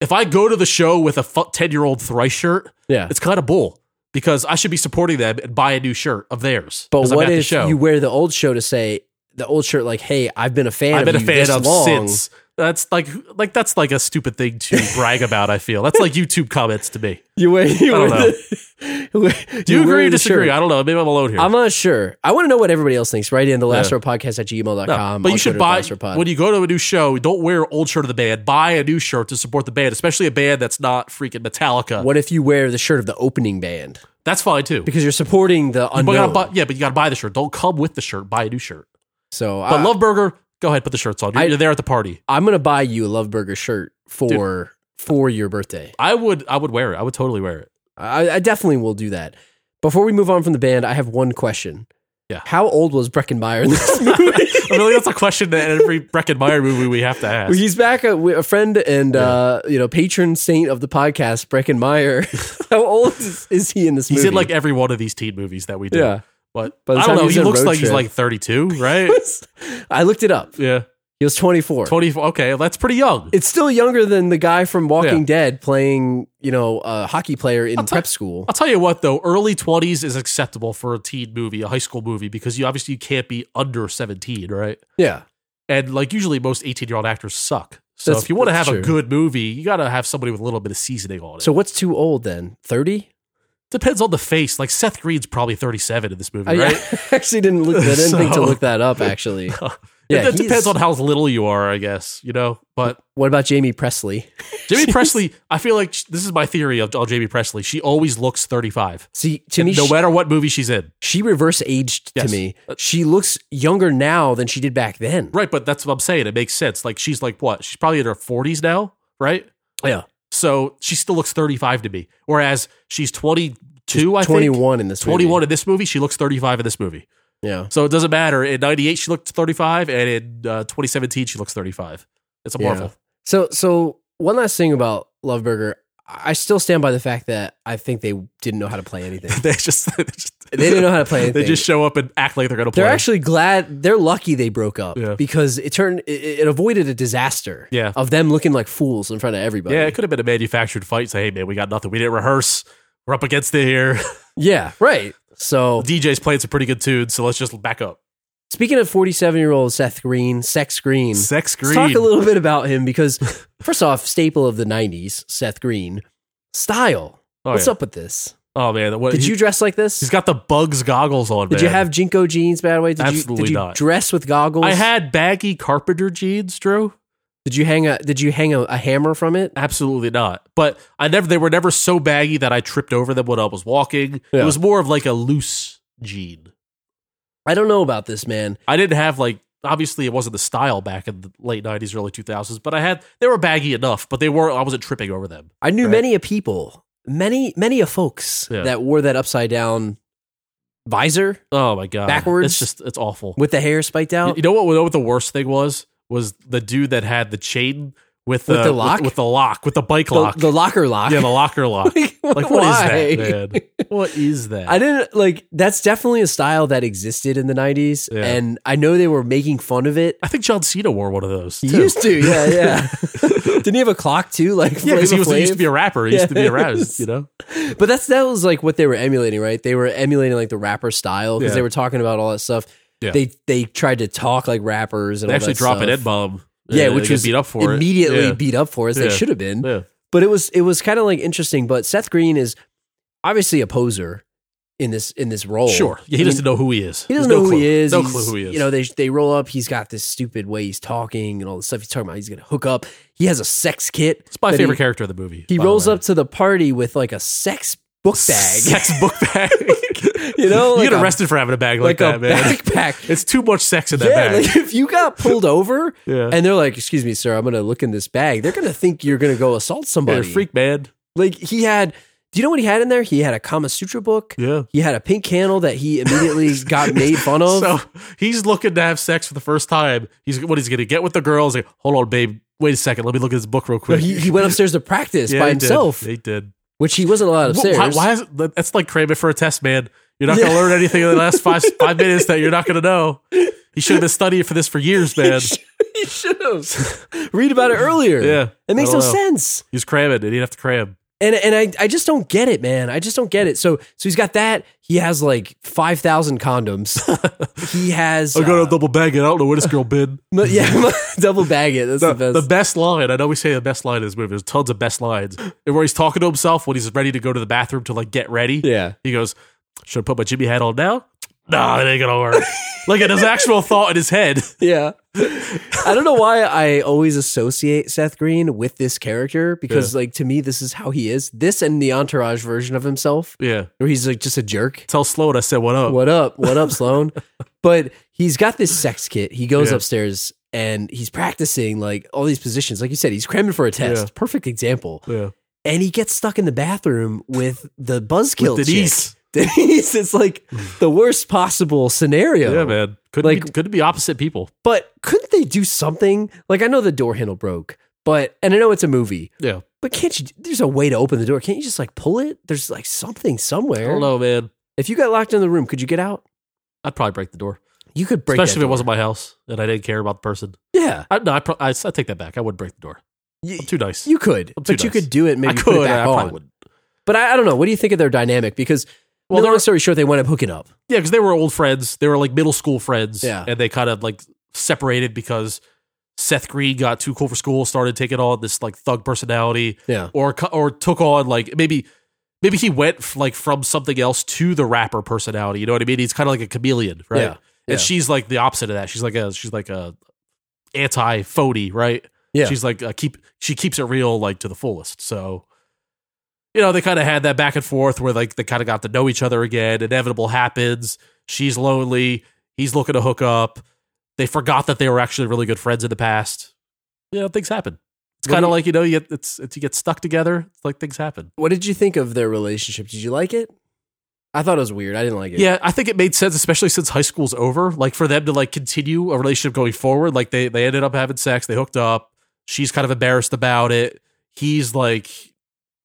S4: If I go to the show with a ten year old Thrice shirt,
S3: yeah.
S4: it's kind of bull because I should be supporting them and buy a new shirt of theirs.
S3: But
S4: 'cause I'm
S3: what
S4: at the
S3: if
S4: show.
S3: you wear the old show to say the old shirt like, hey, I've been a fan.
S4: I've been
S3: of
S4: a
S3: you
S4: fan
S3: this
S4: of
S3: long.
S4: since. That's like like that's like a stupid thing
S3: [LAUGHS]
S4: to brag about. I feel that's like YouTube comments to me.
S3: You wear. You
S4: I
S3: wear
S4: don't know.
S3: the- [LAUGHS] you wear
S4: Do you, agree
S3: the
S4: or disagree?
S3: shirt.
S4: I don't know. Maybe I'm alone here.
S3: I'm not sure. I want to know what everybody else thinks. Right in the last
S4: Yeah.
S3: row podcast at gmail.com.
S4: No, but
S3: on
S4: you should
S3: Twitter,
S4: buy
S3: Last Row Pod.
S4: when you go to a new show. Don't wear an old shirt of the band. Buy a new shirt to support the band, especially a band that's not freaking Metallica.
S3: What if you wear the shirt of the opening band
S4: That's fine too.
S3: because you're supporting the
S4: But you
S3: unknown?
S4: gotta buy, yeah, but you got to buy the shirt. Don't come with the shirt. Buy a new shirt.
S3: so
S4: But
S3: I,
S4: Love Burger, go ahead, put the shirts on. You're,
S3: I-
S4: you're there at the party.
S3: I'm gonna buy you a Love Burger shirt for for your birthday.
S4: I would, I would wear it. I would totally wear it.
S3: I, I definitely will do that. Before we move on from the band, I have one question.
S4: Yeah.
S3: How old was Breckenmeyer in this [LAUGHS] movie?
S4: I mean, that's a question that every Breckin Meyer movie we have to
S3: Well,
S4: ask.
S3: He's back, a, a friend and uh, you know patron saint of the podcast, Brecken Meyer. [LAUGHS] How old is, is he in this movie?
S4: He's in like every one of these teen movies that we do.
S3: yeah.
S4: but
S3: By the
S4: I
S3: time
S4: don't know.
S3: he's
S4: He
S3: on
S4: looks
S3: road
S4: like he's
S3: trip.
S4: like 32,
S3: [LAUGHS]
S4: right?
S3: [LAUGHS] I looked it up.
S4: yeah,
S3: He was 24.
S4: 24. Okay, that's pretty young.
S3: It's still younger than the guy from Walking
S4: Yeah.
S3: Dead playing, you know, a hockey player in
S4: tell-
S3: prep
S4: [LAUGHS]
S3: school.
S4: I'll tell you what though, early twenties is acceptable for a teen movie, a high school movie, because you obviously you can't be under seventeen, right?
S3: yeah.
S4: And like usually most eighteen year old actors suck. So
S3: That's-
S4: if you want to have
S3: that's
S4: a
S3: true.
S4: good movie, you got to have somebody with a little bit of seasoning on it.
S3: So what's too old then? 30?
S4: depends on the face. Like Seth Green's probably thirty seven in this movie,
S3: I,
S4: right?
S3: I [LAUGHS] actually didn't look. I didn't think to
S4: So-
S3: look that
S4: [LAUGHS]
S3: up. Actually, yeah.
S4: it, it
S3: he's-
S4: depends on how little you are, I guess. You know,
S3: [LAUGHS]
S4: but
S3: What about Jamie Presley?
S4: Jamie Presley, I feel like sh- this is my theory of, of Jamie Presley. She always looks thirty five,
S3: See, to me,
S4: no
S3: she-
S4: matter what movie she's in.
S3: she, reverse aged
S4: Yes. Uh,
S3: to me. She looks younger now than she did back then.
S4: Right, but that's what I'm saying. It makes sense. Like she's like what? She's probably in her 40s now, right?
S3: Yeah.
S4: So she still looks 35 to me, whereas she's 22. I
S3: Twenty
S4: think.
S3: one in this.
S4: 21 in this movie. She looks 35 in this movie.
S3: Movie. Yeah.
S4: So it doesn't matter. In 98, she looked 35, and in uh, 2017, she looks 35. It's a
S3: Yeah.
S4: marvel. [LAUGHS]
S3: So so one last thing about Love Burger. I still stand by the fact that I think they didn't know how to play
S4: [LAUGHS]
S3: anything.
S4: they just they just
S3: [LAUGHS] They didn't know how to play anything.
S4: [LAUGHS] they just show up and act like they're gonna play.
S3: They're actually glad. They're lucky they broke up
S4: Yeah.
S3: because it turned it, it avoided a disaster.
S4: Yeah.
S3: Of them looking like fools in front of everybody.
S4: yeah, it could have been a manufactured fight. Say, hey man, we got nothing. We didn't rehearse. We're up against it here. [LAUGHS]
S3: Yeah, Right. So
S4: DJ's playing some pretty good tunes, so let's just back up.
S3: speaking of forty seven year old Seth Green, Sex Green.
S4: Sex
S3: Let's
S4: Green.
S3: talk a little bit about him because
S4: [LAUGHS]
S3: first off, staple of the nineties, Seth Green. Style.
S4: Oh,
S3: What's
S4: yeah.
S3: up with this?
S4: Oh man, what,
S3: Did
S4: he-
S3: you dress like this?
S4: He's got the bugs goggles on.
S3: Did
S4: man.
S3: you have Jinko jeans, by the way? Did you,
S4: Absolutely
S3: did you
S4: not.
S3: dress with goggles?
S4: I had baggy carpenter jeans, Drew.
S3: Did you hang a Did you hang a, a hammer from it?
S4: Absolutely not. But I never. They were never so baggy that I tripped over them when I was walking.
S3: Yeah.
S4: It was more of like a loose jean.
S3: I don't know about this man.
S4: I didn't have like. Obviously, it wasn't the style back in the late '90s, early 2000s. But I had. They were baggy enough, but they were. I wasn't tripping over them.
S3: I knew
S4: Right.
S3: many a people, many many a folks
S4: Yeah.
S3: that wore that upside down visor
S4: Oh my god,
S3: Backwards?
S4: It's just. It's awful.
S3: with the hair spiked
S4: You-
S3: out.
S4: You know what? You know what the worst thing was? Was the dude that had the chain with the,
S3: With the lock?
S4: with, the lock with the bike
S3: the,
S4: lock.
S3: the locker lock.
S4: yeah, the locker lock.
S3: [LAUGHS] like,
S4: Like what
S3: why?
S4: is that, man? What is that?
S3: I didn't like. That's definitely a style that existed in the '90s,
S4: Yeah.
S3: and I know they were making fun of it.
S4: I think John Cena wore one of those.
S3: He
S4: too.
S3: used to, yeah,
S4: [LAUGHS]
S3: yeah. [LAUGHS] Didn't he have a clock too? Like,
S4: yeah, because he,
S3: Flava
S4: was, he used to
S3: Flav?
S4: be a rapper. He
S3: [LAUGHS]
S4: used to be a rapper.
S3: Yes.
S4: You know,
S3: But that's that was like what they were emulating, right? They were emulating like the rapper style because
S4: Yeah.
S3: they were talking about all that stuff.
S4: Yeah.
S3: They they tried to talk like rappers and
S4: they
S3: all
S4: actually
S3: that
S4: drop an
S3: stuff.
S4: N bomb.
S3: Yeah, which was
S4: beat up for
S3: immediately
S4: it.
S3: beat up for as they
S4: Yeah.
S3: should have been.
S4: Yeah.
S3: But it was it was kind of like interesting. But Seth Green is obviously a poser in this in this role.
S4: Yeah. Sure. Yeah, he
S3: I mean,
S4: doesn't know who he is.
S3: he doesn't
S4: There's
S3: know
S4: no
S3: who
S4: clue.
S3: he is.
S4: No
S3: He's-
S4: clue who he is.
S3: You know, they they roll up. He's got this stupid way he's talking and all the stuff he's talking about. He's gonna hook up. He has a sex kit.
S4: it's my
S3: that
S4: favorite
S3: he,
S4: character of the movie.
S3: He
S4: by the
S3: rolls
S4: way. [LAUGHS]
S3: up to the party with like a sex book bag. [LAUGHS]
S4: sex book bag.
S3: You know, like
S4: [LAUGHS] you get
S3: a-
S4: arrested for having a bag
S3: like
S4: like,
S3: a
S4: that, man. [LAUGHS]
S3: backpack.
S4: It's too much sex in that
S3: yeah,
S4: bag.
S3: like if you got
S4: [LAUGHS]
S3: pulled over
S4: Yeah.
S3: and they're like, "Excuse me, sir, I'm going to look in this bag," they're going to think you're going to go assault [LAUGHS]
S4: Yeah, you're
S3: somebody.
S4: a freak, man.
S3: Like he had. Do you know what he had in there? He had a Kama Sutra book.
S4: Yeah.
S3: He had a pink candle that he immediately
S4: [LAUGHS]
S3: got made fun of.
S4: So he's looking to have sex for the first time. He's what he's gonna get with the girl. He's like, hold on, babe, wait a second, let me look at this book real
S3: No,
S4: quick.
S3: he, he went upstairs to practice
S4: Yeah,
S3: by
S4: he did.
S3: himself,
S4: He did.
S3: which he wasn't allowed
S4: Wh-
S3: upstairs.
S4: Why, why is it, that's like craving for a test, man? You're not gonna
S3: Yeah.
S4: learn anything in the last
S3: [LAUGHS]
S4: five five minutes that you're not gonna know. He should have been studying for this for
S3: [LAUGHS]
S4: years, man.
S3: [LAUGHS] he should have [LAUGHS] read about it earlier.
S4: Yeah,
S3: it makes
S4: I
S3: no
S4: don't know.
S3: sense.
S4: He's cramming, and he'd have to cram.
S3: And and I I just don't get it, man. I just don't get it. So so he's got that. He has like five thousand condoms. [LAUGHS] he has.
S4: I got
S3: uh,
S4: a double bag it. I don't know where this girl been.
S3: mu- [LAUGHS] yeah, double bag it. That's the, best.
S4: The best line, I know we say the best line in this movie. There's tons of best lines. And where he's talking to himself when he's ready to go to the bathroom to like get ready.
S3: Yeah.
S4: He goes, Should I put my Jimmy hat on now? Nah, it ain't gonna
S3: [LAUGHS]
S4: work. like it is actual thought in his head. [LAUGHS]
S3: yeah. I don't know why I always associate Seth Green with this character because, like, to me, this is how he is. This and the entourage version of himself,
S4: Yeah.
S3: where he's like just a jerk.
S4: Tell Sloan I said what up.
S3: What up? What up,
S4: [LAUGHS]
S3: Sloan? but he's got this sex kit. He goes
S4: Yeah.
S3: upstairs and he's practicing like all these positions. Like you said, he's cramming for a test.
S4: Yeah.
S3: Perfect example.
S4: Yeah.
S3: And he gets stuck in the bathroom with the buzzkill
S4: With Denise.
S3: chick. [LAUGHS] Denise is like the worst possible scenario.
S4: Yeah, man. Could
S3: Like-
S4: be could be opposite people.
S3: But couldn't they do something? Like I know the door handle broke, but and I know it's a movie,
S4: Yeah.
S3: but can't you? There's a way to open the door. Can't you just like pull it? There's like something
S4: I
S3: somewhere.
S4: don't know, man.
S3: If you got locked in the room, could you get out?
S4: I'd probably break the door.
S3: You could break. that
S4: Especially if it
S3: door.
S4: wasn't my house and I didn't care about the person.
S3: Yeah.
S4: I no, I, pro- I, I take that back. I wouldn't break the door.
S3: Y-
S4: I'm too nice.
S3: You could,
S4: I'm
S3: but
S4: too
S3: you
S4: nice.
S3: could do it. Maybe
S4: I
S3: put it
S4: could,
S3: back
S4: I probably
S3: on.
S4: wouldn't.
S3: But I, I don't know. What do you think of their dynamic? Because
S4: Well,
S3: well,
S4: there
S3: long
S4: were-
S3: story short, they wound up hooking up.
S4: Yeah, because they were old friends. They were like middle school friends.
S3: Yeah.
S4: And they kind of like separated because Seth Green got too cool for school, started taking on this like thug personality,
S3: Yeah,
S4: or co- or took on like maybe maybe he went f- like from something else to the rapper personality. You know what I mean? He's kind of like a chameleon, right?
S3: Yeah, yeah.
S4: And she's like the opposite of that. She's like a she's like a anti phony, right?
S3: Yeah.
S4: She's like a keep she keeps it real like to the fullest. So you know, they kind of had that back and forth where like they kind of got to know each other again. Inevitable happens. She's lonely. He's looking to hook up. They forgot that they were actually really good friends in the past. You know, things happen. It's
S3: What
S4: kind
S3: do
S4: of
S3: you-
S4: like you know, you get, it's, it's you get stuck together. It's like things happen.
S3: What did you think of their relationship? Did you like it? I thought it was weird. I didn't like it.
S4: Yeah, I think it made sense, especially since high school's over. Like for them to like continue a relationship going forward. Like they they ended up having sex. They hooked up. She's kind of embarrassed about it. He's like,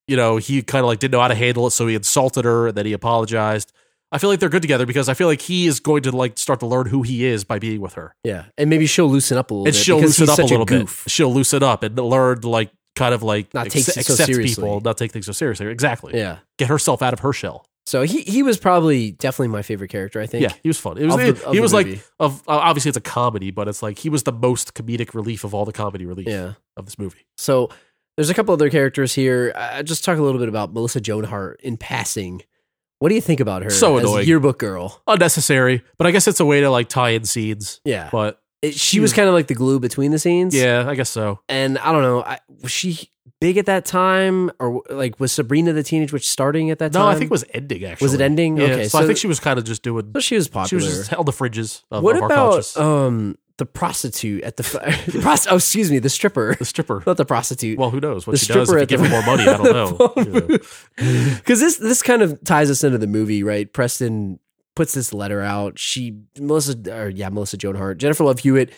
S4: you know, he kind of like didn't know how to handle it, so he insulted her and then he apologized. I feel like they're good together because I feel like he is going to like start to learn who he is by being with her,
S3: yeah, and maybe she'll loosen up a little
S4: and
S3: bit.
S4: she'll
S3: because
S4: loosen
S3: he's
S4: up a
S3: such
S4: little
S3: goof.
S4: bit. She'll loosen up and learn to like kind of like
S3: Not take it so seriously.
S4: people, not take things so seriously. Exactly.
S3: Yeah.
S4: Get herself out of her shell.
S3: So he he was probably definitely my favorite character. I think.
S4: Yeah, he was fun. It was
S3: Of the- of
S4: he
S3: the
S4: was
S3: movie.
S4: like of uh, obviously it's a comedy, but it's like he was the most comedic relief of all the comedy relief
S3: Yeah.
S4: of this movie.
S3: So there's a couple other characters here. I I just talk a little bit about Melissa Joan Hart in passing. What do you think about her?
S4: So
S3: as
S4: annoying.
S3: yearbook girl.
S4: Unnecessary, but I guess it's a way to like tie in scenes.
S3: Yeah,
S4: But
S3: It- she was kind of like the glue between the scenes.
S4: yeah, I guess so.
S3: and I don't know, I, was she big at that time, or like was Sabrina the Teenage Witch starting at that
S4: No,
S3: time?
S4: I think it was ending actually.
S3: was it ending?
S4: Yeah,
S3: okay,
S4: so, I think she was kind of just doing.
S3: so she was
S4: She
S3: popular.
S4: was just held the fringes of,
S3: what
S4: of our
S3: about
S4: conscious.
S3: um the prostitute at the, the [LAUGHS] prost- oh excuse me the stripper
S4: the stripper.
S3: [LAUGHS] not the prostitute
S4: Well, who knows what
S3: the
S4: she does if
S3: stripper
S4: you
S3: at the-
S4: give her more money? I
S3: [LAUGHS]
S4: don't know. Yeah.
S3: because this this kind of ties us into the movie right Preston puts this letter out she Melissa or yeah Melissa Joan Hart Jennifer Love Hewitt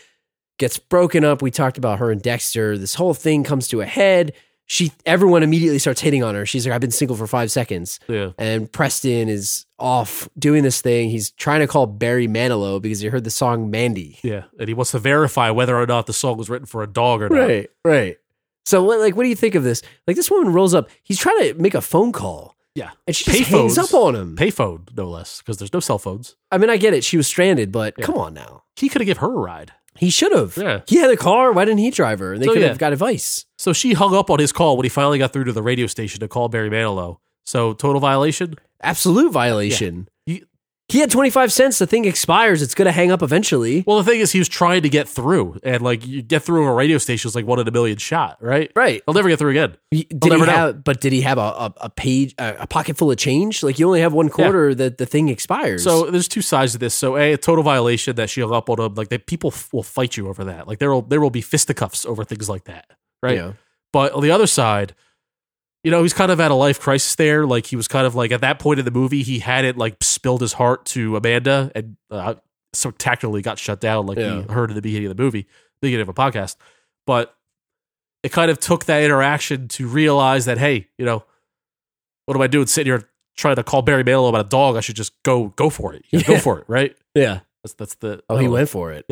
S3: gets broken up we talked about her and Dexter this whole thing comes to a head she everyone immediately starts hitting on her she's like I've been single for five seconds
S4: Yeah.
S3: and Preston is off doing this thing. He's trying to call Barry Manilow because he heard the song Mandy.
S4: Yeah, and he wants to verify whether or not the song was written for a dog or not.
S3: right. So, what, like, what do you think of this? Like, this woman rolls up. He's trying to make a phone call,
S4: Yeah,
S3: and she just
S4: Payphones.
S3: hangs up on him.
S4: payphone no less, because there's no cell phones.
S3: I mean, I get it. She was stranded, but come on now.
S4: He could have give her a ride.
S3: He should have.
S4: Yeah.
S3: He had a car. Why didn't he drive her? And they
S4: So,
S3: could
S4: yeah.
S3: have got advice.
S4: So she hung up on his call when he finally got through to the radio station to call Barry Manilow. So total violation.
S3: Absolute violation.
S4: You-
S3: He had 25 cents. The thing expires. It's going to hang up eventually.
S4: Well, the thing is, he was trying to get through, and like you get through a radio station is like one in a million shot, right?
S3: Right.
S4: He'll never get through again.
S3: Did he
S4: never know.
S3: have, but did he have a, a, a page, a, a pocket full of change? Like you only have one quarter that the thing expires.
S4: So there's two sides to this. So a, a total violation that she hung up on him. Like that, people f- will fight you over that. Like there will there will be fisticuffs over things like that, right?
S3: Yeah.
S4: But on the other side, you know, he's kind of at a life crisis there. Like he was kind of like at that point in the movie, he had it like spilled his heart to Amanda and uh, spectacularly got shut down, like
S3: Yeah.
S4: we heard at the beginning of the movie, beginning of a podcast. But it kind of took that interaction to realize that hey, you know, what am I doing sitting here trying to call Barry Manilow about a dog? I should just go go for it, You know,
S3: Yeah.
S4: go for it, right?
S3: yeah.
S4: That's that's the uh,
S3: Oh, he went for it.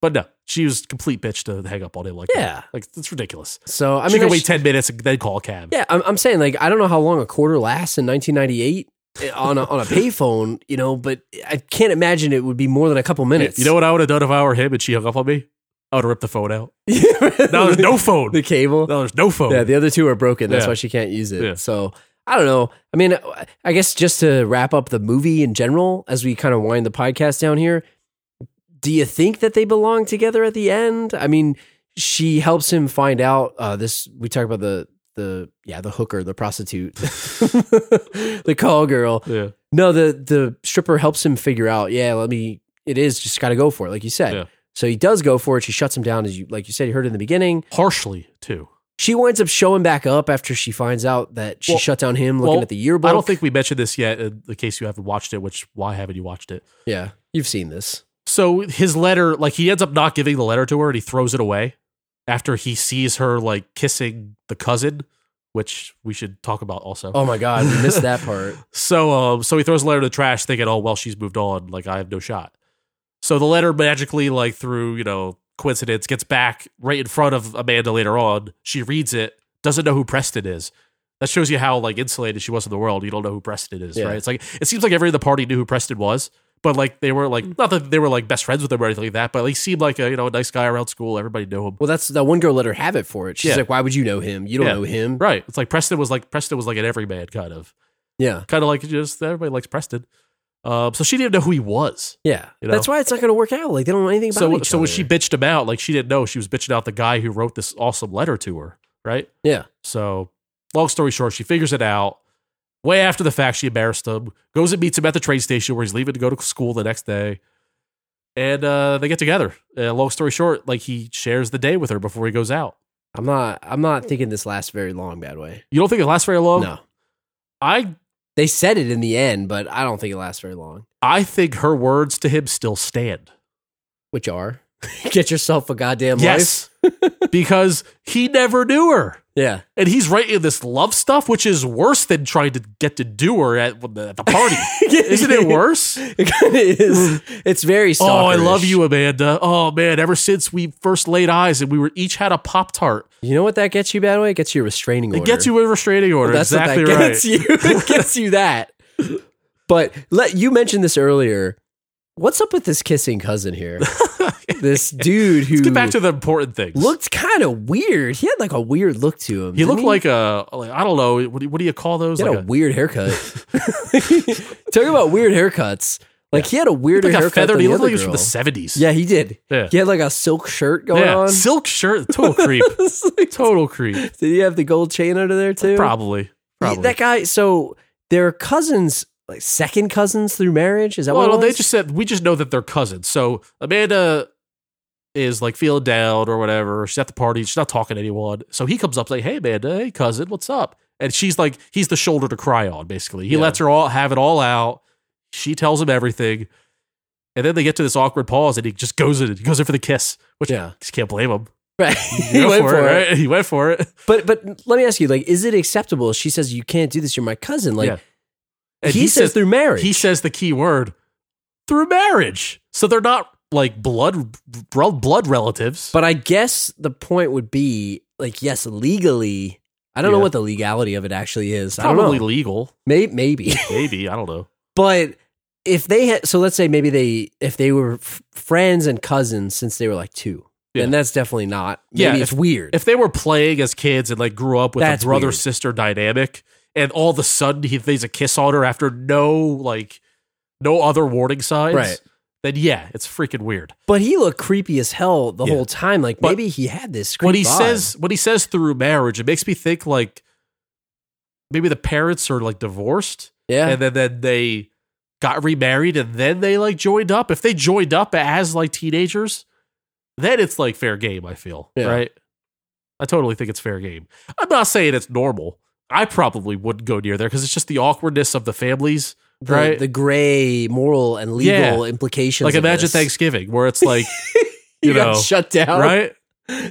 S4: but no, she was a complete bitch to hang up on him like
S3: Yeah.
S4: that. like it's ridiculous.
S3: So I
S4: I mean,
S3: mean,
S4: she could
S3: I
S4: wait
S3: sh-
S4: ten minutes and then call a cab.
S3: yeah, I'm, I'm saying like I don't know how long a quarter lasts in 1998 on a, on a payphone, you know, but I can't imagine it would be more than a couple minutes.
S4: You
S3: [LAUGHS]
S4: know what I would have done if I were him and she hung up on me? I would have ripped the phone out. Now there's no phone.
S3: [LAUGHS] the cable.
S4: Now there's no phone.
S3: Yeah, the other two are broken. That's
S4: Yeah.
S3: why she can't use it.
S4: Yeah.
S3: So I don't know. I mean, I guess just to wrap up the movie in general, as we kind of wind the podcast down here, do you think that they belong together at the end? I mean, she helps him find out. Uh, this we talk about the the yeah the hooker, the prostitute, [LAUGHS] the call girl.
S4: yeah.
S3: No, the the stripper helps him figure out. Yeah, let me. It is just got to go for it, like you said.
S4: Yeah.
S3: So he does go for it. She shuts him down, as you like you said. You heard in the beginning
S4: Harshly too.
S3: she winds up showing back up after she finds out that she
S4: Well-
S3: shut down him looking
S4: well,
S3: at the yearbook.
S4: I don't think we mentioned this yet. In the case you haven't watched it, which why haven't you watched it?
S3: Yeah, you've seen this.
S4: So his letter, like he ends up not giving the letter to her, and he throws it away after he sees her like kissing the cousin, which we should talk about also.
S3: Oh my god, we missed that
S4: [LAUGHS]
S3: part.
S4: So um, so he throws the letter in the trash, thinking, "Oh well, she's moved on. Like I have no shot." So the letter magically, like through you know coincidence, gets back right in front of Amanda later on. She reads it, doesn't know who Preston is. That shows you how like insulated she was in the world. You don't know who Preston is,
S3: Yeah.
S4: right? It's like it seems like everybody in the party knew who Preston was, but like they were like not that they were like best friends with him or anything like that, but he seemed like a you know a nice guy around school. Everybody knew him.
S3: Well, that's that one girl let her have it for it. She's
S4: Yeah.
S3: like, "Why would you know him? You don't
S4: Yeah.
S3: know him."
S4: Right. It's like Preston was like Preston was like an everyman kind of.
S3: Yeah,
S4: Kind of like just everybody likes Preston. Um, so she didn't know who he was.
S3: yeah.
S4: You know?
S3: That's why it's not going to work out. Like they don't know anything about
S4: so
S3: each
S4: so
S3: other.
S4: when she bitched him out, like she didn't know she was bitching out the guy who wrote this awesome letter to her, right?
S3: Yeah.
S4: So long story short, she figures it out. Way after the fact, she embarrassed him. Goes and meets him at the train station where he's leaving to go to school the next day, and uh, they get together. Uh, long story short, like he shares the day with her before he goes out.
S3: I'm not. I'm not thinking this lasts very long. Bad way.
S4: You don't think it lasts very long?
S3: No,
S4: I
S3: they said it in the end, but I don't think it lasts very long.
S4: I think her words to him still stand.
S3: Which are, [LAUGHS] get yourself a goddamn life.
S4: Yes, [LAUGHS] because he never knew her.
S3: Yeah, [LAUGHS]
S4: and he's writing this love stuff, which is worse than trying to get to do her at the, at the [LAUGHS] party. Isn't it worse?
S3: it kind of is. It's very.
S4: Oh, I
S3: stalkerish.
S4: love you, Amanda. Oh man, ever since we first laid eyes and we were each had a pop tart,
S3: You know what that gets you? Bad way. It gets you a restraining order.
S4: it gets you a restraining order.
S3: That's
S4: exactly
S3: what that
S4: right.
S3: gets you. [LAUGHS] it gets you that. But let you mentioned this earlier. What's up with this kissing cousin
S4: [LAUGHS]
S3: here? this dude who
S4: Let's get back to the important things.
S3: looked kind of weird. He had like a weird look to him.
S4: he looked
S3: didn't
S4: like a like, I don't know what do, you- what do you call those?
S3: he had
S4: Like
S3: a weird haircut.
S4: [LAUGHS]
S3: Talking about weird haircuts. Like he had a weirder
S4: like a
S3: haircut
S4: feathered.
S3: than
S4: He
S3: the
S4: looked
S3: other
S4: like he was from
S3: girl.
S4: the seventies.
S3: yeah, he did.
S4: Yeah.
S3: He had like a silk shirt going
S4: yeah.
S3: on.
S4: Silk shirt,
S3: [LAUGHS]
S4: total creep,
S3: It's like,
S4: total creep.
S3: did he have the gold chain under there too?
S4: Probably, probably.
S3: That guy. So they're cousins, like second cousins through marriage. Is that
S4: Well,
S3: what
S4: no,
S3: it
S4: they
S3: was?
S4: just said we just know that they're cousins. So Amanda is like feeling down or whatever. She's at the party. She's not talking to anyone. So he comes up like, "Hey, Amanda, hey, cousin, what's up?" And she's like, he's the shoulder to cry on. Basically, he
S3: Yeah.
S4: lets her all have it all out. She tells him everything, and then they get to this awkward pause, and he just goes in. He goes in for the kiss, which
S3: Yeah.
S4: I just can't blame him.
S3: Right. [LAUGHS]
S4: He went for, it. Right? He went for it.
S3: But but let me ask you, like, is it acceptable? She says you can't do this. You're my cousin. Like
S4: Yeah. And
S3: he, says, through marriage.
S4: He says the key word through marriage. So they're not like blood blood relatives.
S3: but I guess the point would be like, yes, legally. I don't know
S4: Yeah.
S3: what the legality of it actually is. I
S4: probably
S3: don't know.
S4: legal.
S3: Maybe,
S4: [LAUGHS]
S3: maybe. [LAUGHS]
S4: Maybe I don't know.
S3: but if they had, so let's say maybe they, if they were f- friends and cousins since they were like two,
S4: Yeah.
S3: then that's definitely not. Maybe
S4: Yeah,
S3: it's weird.
S4: If they were playing as kids and like grew up with
S3: That's
S4: a brother
S3: weird.
S4: sister dynamic, and all of a sudden he throws a kiss on her after no like no other warning signs,
S3: Right.
S4: Then yeah, it's freaking weird.
S3: But he looked creepy as hell the
S4: Yeah.
S3: whole time. Like
S4: But
S3: maybe he had this.
S4: When
S3: creep
S4: he
S3: vibe.
S4: says when he says through marriage, it makes me think like maybe the parents are like divorced
S3: yeah,
S4: and then, then they got remarried and then they like joined up. If they joined up as like teenagers, then it's like fair game, I feel.
S3: Yeah.
S4: Right? I totally think it's fair game. I'm not saying it's normal. I probably wouldn't go near there because it's just the awkwardness of the families.
S3: the,
S4: right.
S3: the gray moral and legal
S4: Yeah.
S3: implications.
S4: Like
S3: of
S4: imagine
S3: this. [LAUGHS]
S4: Thanksgiving where it's like, you
S3: got
S4: know,
S3: shut down.
S4: right?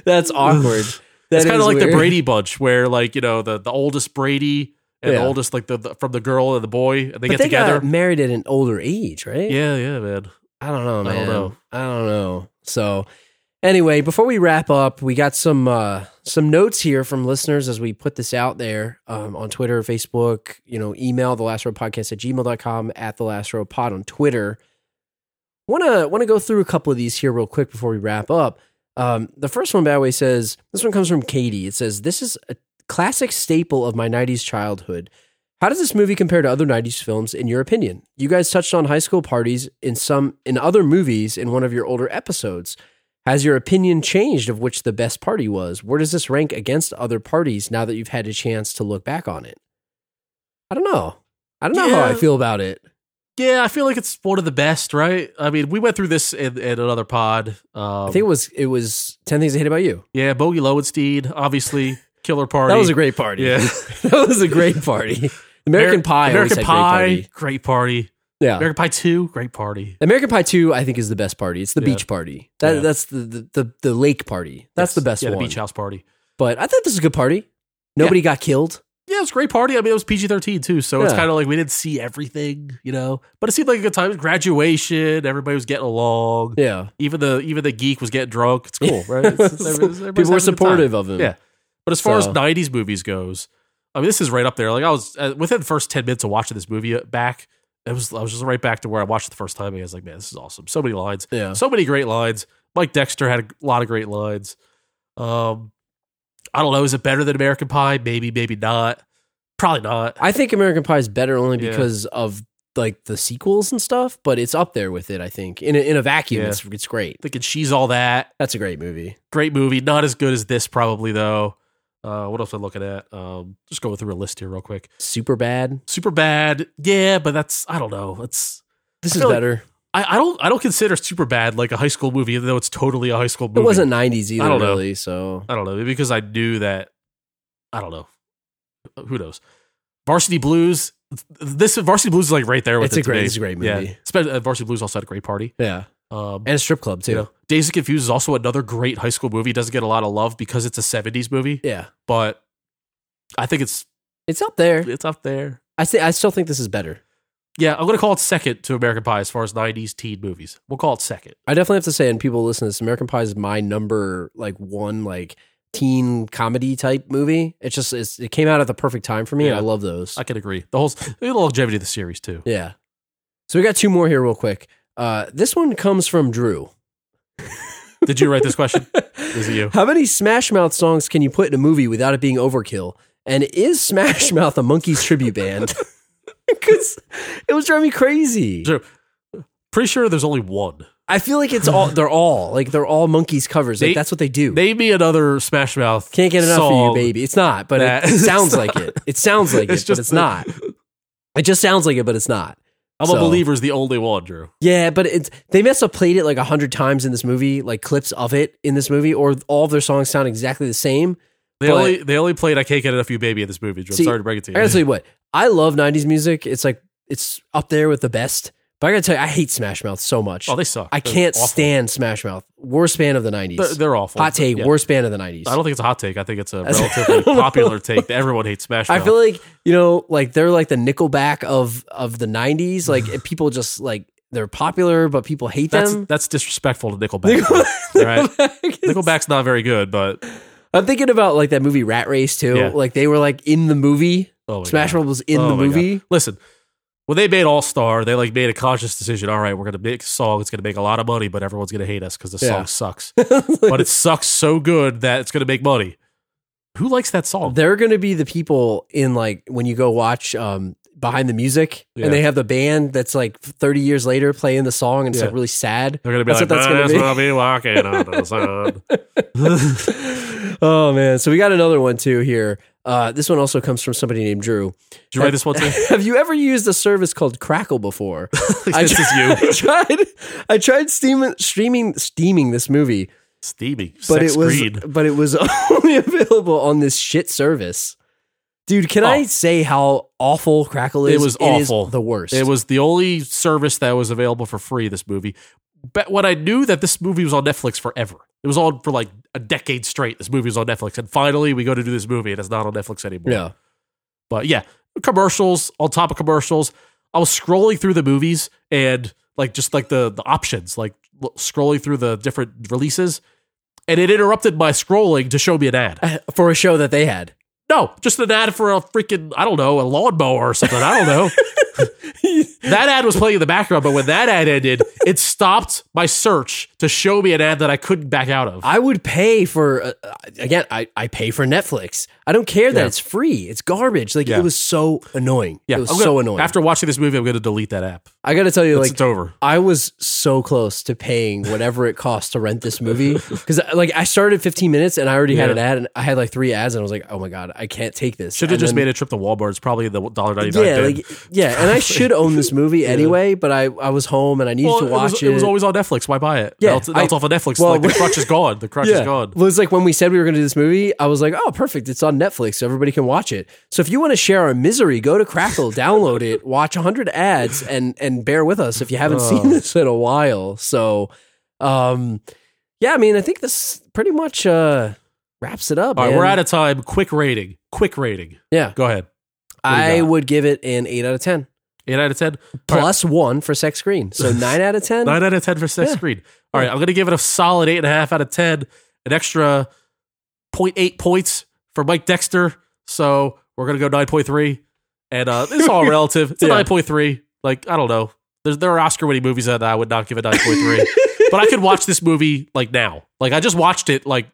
S3: That's awkward.
S4: it's kind of like the
S3: Brady.
S4: Brady Bunch, where like you know the the oldest Brady and
S3: Yeah.
S4: the oldest like the, the from the girl and the boy, and they
S3: But
S4: get
S3: they
S4: together.
S3: got married at an older age, right?
S4: yeah, yeah, man.
S3: I don't know,
S4: I
S3: man.
S4: don't know.
S3: I don't know. So anyway, before we wrap up, we got some uh some notes here from listeners as we put this out there um, on Twitter, Facebook, you know, email the last row podcast at gmail.com at the last row pod on Twitter. Wanna wanna go through a couple of these here real quick before we wrap up. Um, the first one, by the way, says this one comes from Katie. It says, This is a classic staple of my 90s childhood. How does this movie compare to other 90s films in your opinion? You guys touched on high school parties in some in other movies in one of your older episodes. Has your opinion changed of which the best party was? Where does this rank against other parties now that you've had a chance to look back on it? I don't know. I don't know how I
S4: Yeah.
S3: feel about it.
S4: Yeah, I feel like it's one of the best, right? I mean, we went through this in, in another pod.
S3: I
S4: Um,
S3: think it was it was 10 things I hate about you.
S4: yeah, Bogey Lowenstein, obviously, killer party.
S3: That was a great party.
S4: Yeah.
S3: [LAUGHS] that was a great [LAUGHS] party. American
S4: Ameri-
S3: Pie always
S4: American
S3: had great
S4: Pie,
S3: party.
S4: great party.
S3: Yeah.
S4: American Pie Two, great party.
S3: American Pie Two, I think, is the best party. It's the
S4: Yeah.
S3: beach party. That,
S4: Yeah.
S3: That's the, the, the the lake party. That's
S4: Yes.
S3: the best
S4: Yeah,
S3: one.
S4: the beach house party.
S3: But I thought this was a good party. Nobody got killed.
S4: Yeah, it was a great party. I mean, it was PG thirteen too, so it's
S3: Yeah.
S4: kind of like we didn't see everything, you know. But it seemed like a good time. Graduation, everybody was getting along.
S3: Yeah,
S4: even the even the geek was getting drunk.
S3: [LAUGHS]
S4: It's cool, right? It's- it's- everybody's
S3: people
S4: having a
S3: were
S4: good
S3: supportive
S4: time.
S3: of him.
S4: Yeah, but as far
S3: So-
S4: as '90s movies goes, I mean, this is right up there. Like I was uh, within the first ten minutes of watching this movie uh, back, it was I was just right back to where I watched it the first time. And I was like, man, this is awesome. So many lines,
S3: yeah.
S4: so many great lines. Mike Dexter had a lot of great lines. Um, I don't know, is it better than American Pie? Maybe, maybe not. Probably not.
S3: I think American Pie is better only
S4: Yeah.
S3: because of like the sequels and stuff. But it's up there with it. I think in a, in a vacuum,
S4: Yeah.
S3: it's it's great.
S4: Thinking she's all that.
S3: That's a great movie.
S4: great movie. Not as good as this, probably though. Uh, what else am I looking at? Um, just going through a list here real quick.
S3: Super bad.
S4: Super bad, yeah, but that's I don't know. It's
S3: This
S4: I
S3: is
S4: feel like
S3: better.
S4: I, I don't I don't consider Super Bad like a high school movie, even though it's totally a high school movie.
S3: it wasn't '90s either,
S4: I don't know.
S3: really. So
S4: I don't know maybe because I knew that. I don't know. Uh, Who knows? Varsity Blues. This Varsity Blues is like right there with
S3: It's
S4: it
S3: a
S4: to
S3: great-
S4: me.
S3: it's a great
S4: Yeah.
S3: movie.
S4: Spe- uh, Varsity Blues also had a great party.
S3: yeah,
S4: Um,
S3: and a strip club too.
S4: you know, Days of Confused is also another great high school movie. Doesn't get a lot of love because it's a '70s movie.
S3: Yeah,
S4: but I think it's
S3: it's up there.
S4: it's up there.
S3: I say I still think this is better.
S4: Yeah, I'm gonna call it second to American Pie as far as '90s teen movies. We'll call it second.
S3: I definitely have to say, and people listen to this, American Pie is my number like one like teen comedy type movie. It's just it's, it came out at the perfect time for me. and I
S4: Yeah.
S3: love those.
S4: I can agree. The whole the longevity of the
S3: [LAUGHS]
S4: series too.
S3: yeah. So we got two more here, real quick. Uh, this one comes from Drew.
S4: Did you write this question? Is
S3: [LAUGHS]
S4: it you?
S3: How many Smash Mouth songs can you put in a movie without it being overkill? And is
S4: [LAUGHS]
S3: Smash Mouth a Monkeys tribute band? Because it was driving me crazy.
S4: Drew, Pretty sure there's only one.
S3: I feel like it's all they're all like they're all Monkeys covers. Like
S4: They-
S3: that's what they do.
S4: Name me another Smash Mouth.
S3: Can't get enough
S4: song.
S3: of you, baby. It's not, but
S4: that-
S3: it [LAUGHS] sounds like it. It sounds like
S4: It's
S3: it, but
S4: just
S3: it's
S4: the-
S3: not. It just sounds like it, but it's not.
S4: I'm
S3: So-
S4: a believer is the only one, Drew.
S3: Yeah, but it's they must have played it like a hundred times in this movie, like clips of it in this movie, or all of their songs sound exactly the same.
S4: They
S3: But-
S4: only they only played I Can't Get Enough of You Baby in this movie, Drew. I'm
S3: See,
S4: sorry to break it to
S3: I gotta tell
S4: you. [LAUGHS]
S3: you what, I love '90s music. It's like it's up there with the best. But I gotta tell you, I hate Smash Mouth so much.
S4: Oh, they suck.
S3: I
S4: They're
S3: can't
S4: awful.
S3: stand Smash Mouth. Worst band of the '90s.
S4: They're, they're awful.
S3: Hot take.
S4: Yeah.
S3: Worst band of the '90s.
S4: I don't think it's a hot take. I think it's a
S3: That's- [LAUGHS]
S4: relatively popular take that everyone hates Smash Mouth.
S3: I feel like you know, like they're like the Nickelback of of the '90s.
S4: [SIGHS]
S3: Like and people just like they're popular, but people hate
S4: that's
S3: them.
S4: that's disrespectful to
S3: [LAUGHS]
S4: Nickelback. all [LAUGHS] right? Nickelback's not very good, but
S3: I'm thinking about like that movie Rat Race too.
S4: Yeah.
S3: Like they were like in the movie.
S4: oh my
S3: Smash
S4: God.
S3: Mouth was in
S4: Oh
S3: the
S4: my God.
S3: movie.
S4: Listen, when they made All Star, they like made a conscious decision. All right, we're gonna make a song. It's gonna make a lot of money, but everyone's gonna hate us because the
S3: Yeah. [LAUGHS]
S4: song sucks. but it sucks so good that it's gonna make money. Who likes that song?
S3: They're gonna be the people in like when you go watch um behind the music,
S4: Yeah.
S3: and they have the band that's like 30 years later playing the song, and it's
S4: Yeah.
S3: like really sad.
S4: They're gonna be
S3: That's
S4: like,
S3: what that's gonna
S4: might as
S3: be.
S4: well be walking on the sun.
S3: [LAUGHS] Oh man! So we got another one too here. Uh, this one also comes from somebody named Drew.
S4: Did you write this one too?
S3: Have you ever used a service called Crackle
S4: [LAUGHS]
S3: before? I
S4: This is
S3: [LAUGHS]
S4: you.
S3: I tried. I tried steam, streaming steaming this movie,
S4: Steamy.
S3: but
S4: Sex
S3: it was
S4: greed.
S3: but it was [LAUGHS] only available on this shit service. Dude, can I
S4: Oh.
S3: say how awful Crackle is?
S4: It was
S3: is
S4: awful.
S3: the worst.
S4: It was the only service that was available for free. This movie, but when I knew that this movie was on Netflix forever, it was on for like a decade straight. This movie was on Netflix, and finally we go to do this movie, and it's not on Netflix anymore.
S3: yeah.
S4: But yeah, commercials on top of commercials. I was scrolling through the movies and like just like the the options, like l- scrolling through the different releases, and it interrupted my scrolling to show me an ad.
S3: for a show that they had.
S4: No, just an ad for a freaking I don't know a lawnmower or something. I
S3: [LAUGHS]
S4: don't know. that ad was playing in the background, but when that ad ended, it stopped my search to show me an ad that I couldn't back out of.
S3: I would pay for uh, again. I, I pay for Netflix. I don't care that
S4: Yeah.
S3: it's free. It's garbage. Like it was so annoying. it was
S4: I'm
S3: so
S4: gonna-
S3: annoying.
S4: After watching this movie, I'm going to delete that app.
S3: I got to tell you,
S4: It's,
S3: like
S4: it's over.
S3: I was so close to paying whatever it cost to rent this
S4: [LAUGHS]
S3: movie because like I started 15 minutes and I already had
S4: Yeah.
S3: an ad and I had like three ads and I was like, oh my god, I can't take this.
S4: Should have
S3: And
S4: just
S3: then-
S4: made a trip to Walmart. It's probably the dollar ninety nine.
S3: Yeah, like yeah, and I should own
S4: [LAUGHS]
S3: this movie anyway, but I I was home and I needed
S4: well,
S3: to
S4: it, was,
S3: watch it.
S4: it was always on Netflix. Why buy it?
S3: Yeah,
S4: now it's, now it's
S3: I-
S4: off of Netflix.
S3: well,
S4: like the
S3: [LAUGHS]
S4: crutch is gone. The crutch is
S3: yeah.
S4: gone.
S3: Well, it's like when we said we were going to do this movie, I was like, oh, perfect. It's on Netflix. So everybody can watch it. So if you want to share our misery, go to
S4: [LAUGHS]
S3: Crackle, download it, watch 100 ads, and and bear with us if you haven't seen this in a while. So, um, yeah, I mean, I think this pretty much uh, wraps it up.
S4: All right,
S3: man.
S4: we're out of time. Quick rating. Quick rating.
S3: Yeah.
S4: Go ahead. What do you
S3: I
S4: got?
S3: would give it an 8 out of 10,
S4: Eight out of ten. All right,
S3: plus one for sex screen.
S4: [LAUGHS]
S3: So 9 out of 10.
S4: Nine out of ten for sex
S3: Yeah.
S4: screen. All right, I'm gonna give it a solid eight and a half out of ten. An extra 0.8 points for Mike Dexter. So we're gonna go nine point three. And uh,
S3: [LAUGHS]
S4: it's all relative. It's a
S3: Yeah.
S4: nine point three. Like I don't know. There's there are Oscar winning movies that I would not give a nine point
S3: [LAUGHS]
S4: three. but I could watch this movie like now. Like I just watched it like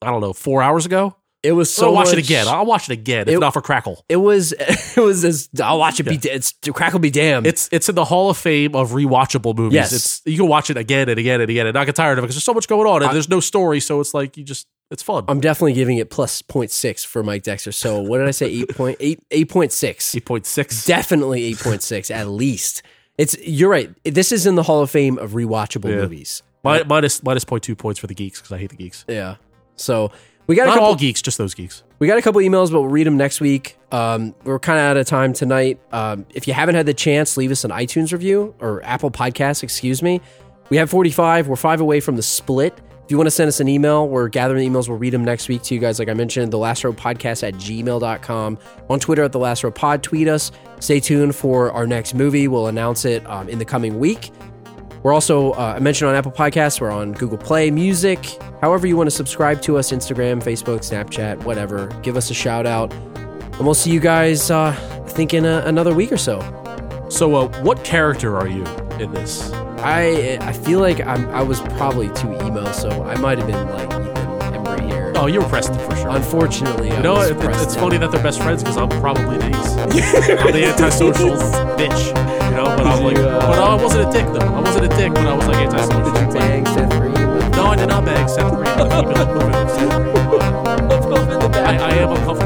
S4: I don't know four hours ago.
S3: It was so
S4: So I'll watch it
S3: much-
S4: again. I'll watch it again.
S3: It-
S4: If not for Crackle.
S3: It was, [LAUGHS] it was, as, I'll watch it be, da- it's, Crackle be damned.
S4: It's it's in the Hall of Fame of rewatchable movies.
S3: Mm. Yes.
S4: It's you can watch it again and again and again and not get tired of it because there's so much going on and
S3: I- Um,
S4: there's no story, so it's like you just it's fun.
S3: I'm definitely giving it plus 0.6 for Mike Dexter. So what did I say? 8 point, 8, 8.6.
S4: Eight point six.
S3: Definitely 8.6 at least. It's you're right. This is in the Hall of Fame of rewatchable
S4: Yeah.
S3: movies.
S4: Mi- minus minus point two points for the geeks because I hate the geeks.
S3: Yeah. So we got a
S4: Not
S3: couple
S4: all geeks, just those geeks.
S3: we got a couple emails, but we'll read them next week. Um, we're kind of out of time tonight. Um, if you haven't had the chance, leave us an iTunes review or Apple Podcasts, excuse me. We have 45. We're five away from the split. If you want to send us an email, we're gathering emails. We'll read them next week to you guys. Like I mentioned, the last row podcast at gmail.com. On Twitter at the last row pod, tweet us. Stay tuned for our next movie. We'll announce it um, in the coming week. We're also, uh, I mentioned on Apple Podcasts, we're on Google Play Music. However, you want to subscribe to us Instagram, Facebook, Snapchat, whatever. Give us a shout out. And we'll see you guys, uh, I think, in a, another week or so.
S4: So uh, what character are you in this?
S3: I I feel like I'm, I was probably too emo, so I might have been like Ethan Embry here.
S4: Oh, you're Preston for sure.
S3: Unfortunately, I
S4: no,
S3: was
S4: it, it-
S3: pressed
S4: it's
S3: down.
S4: funny that they're best friends because I'm probably the
S3: [LAUGHS]
S4: ace. I'm the antisocial bitch, you know. But I'm like,
S3: you, uh,
S4: but I wasn't a dick though. I wasn't a dick, but I was like antisocial.
S3: Did you bang Seth Green? [LAUGHS]
S4: No, I did not bang Seth Green. I'm even- I'm even- I, I am uncomfortable.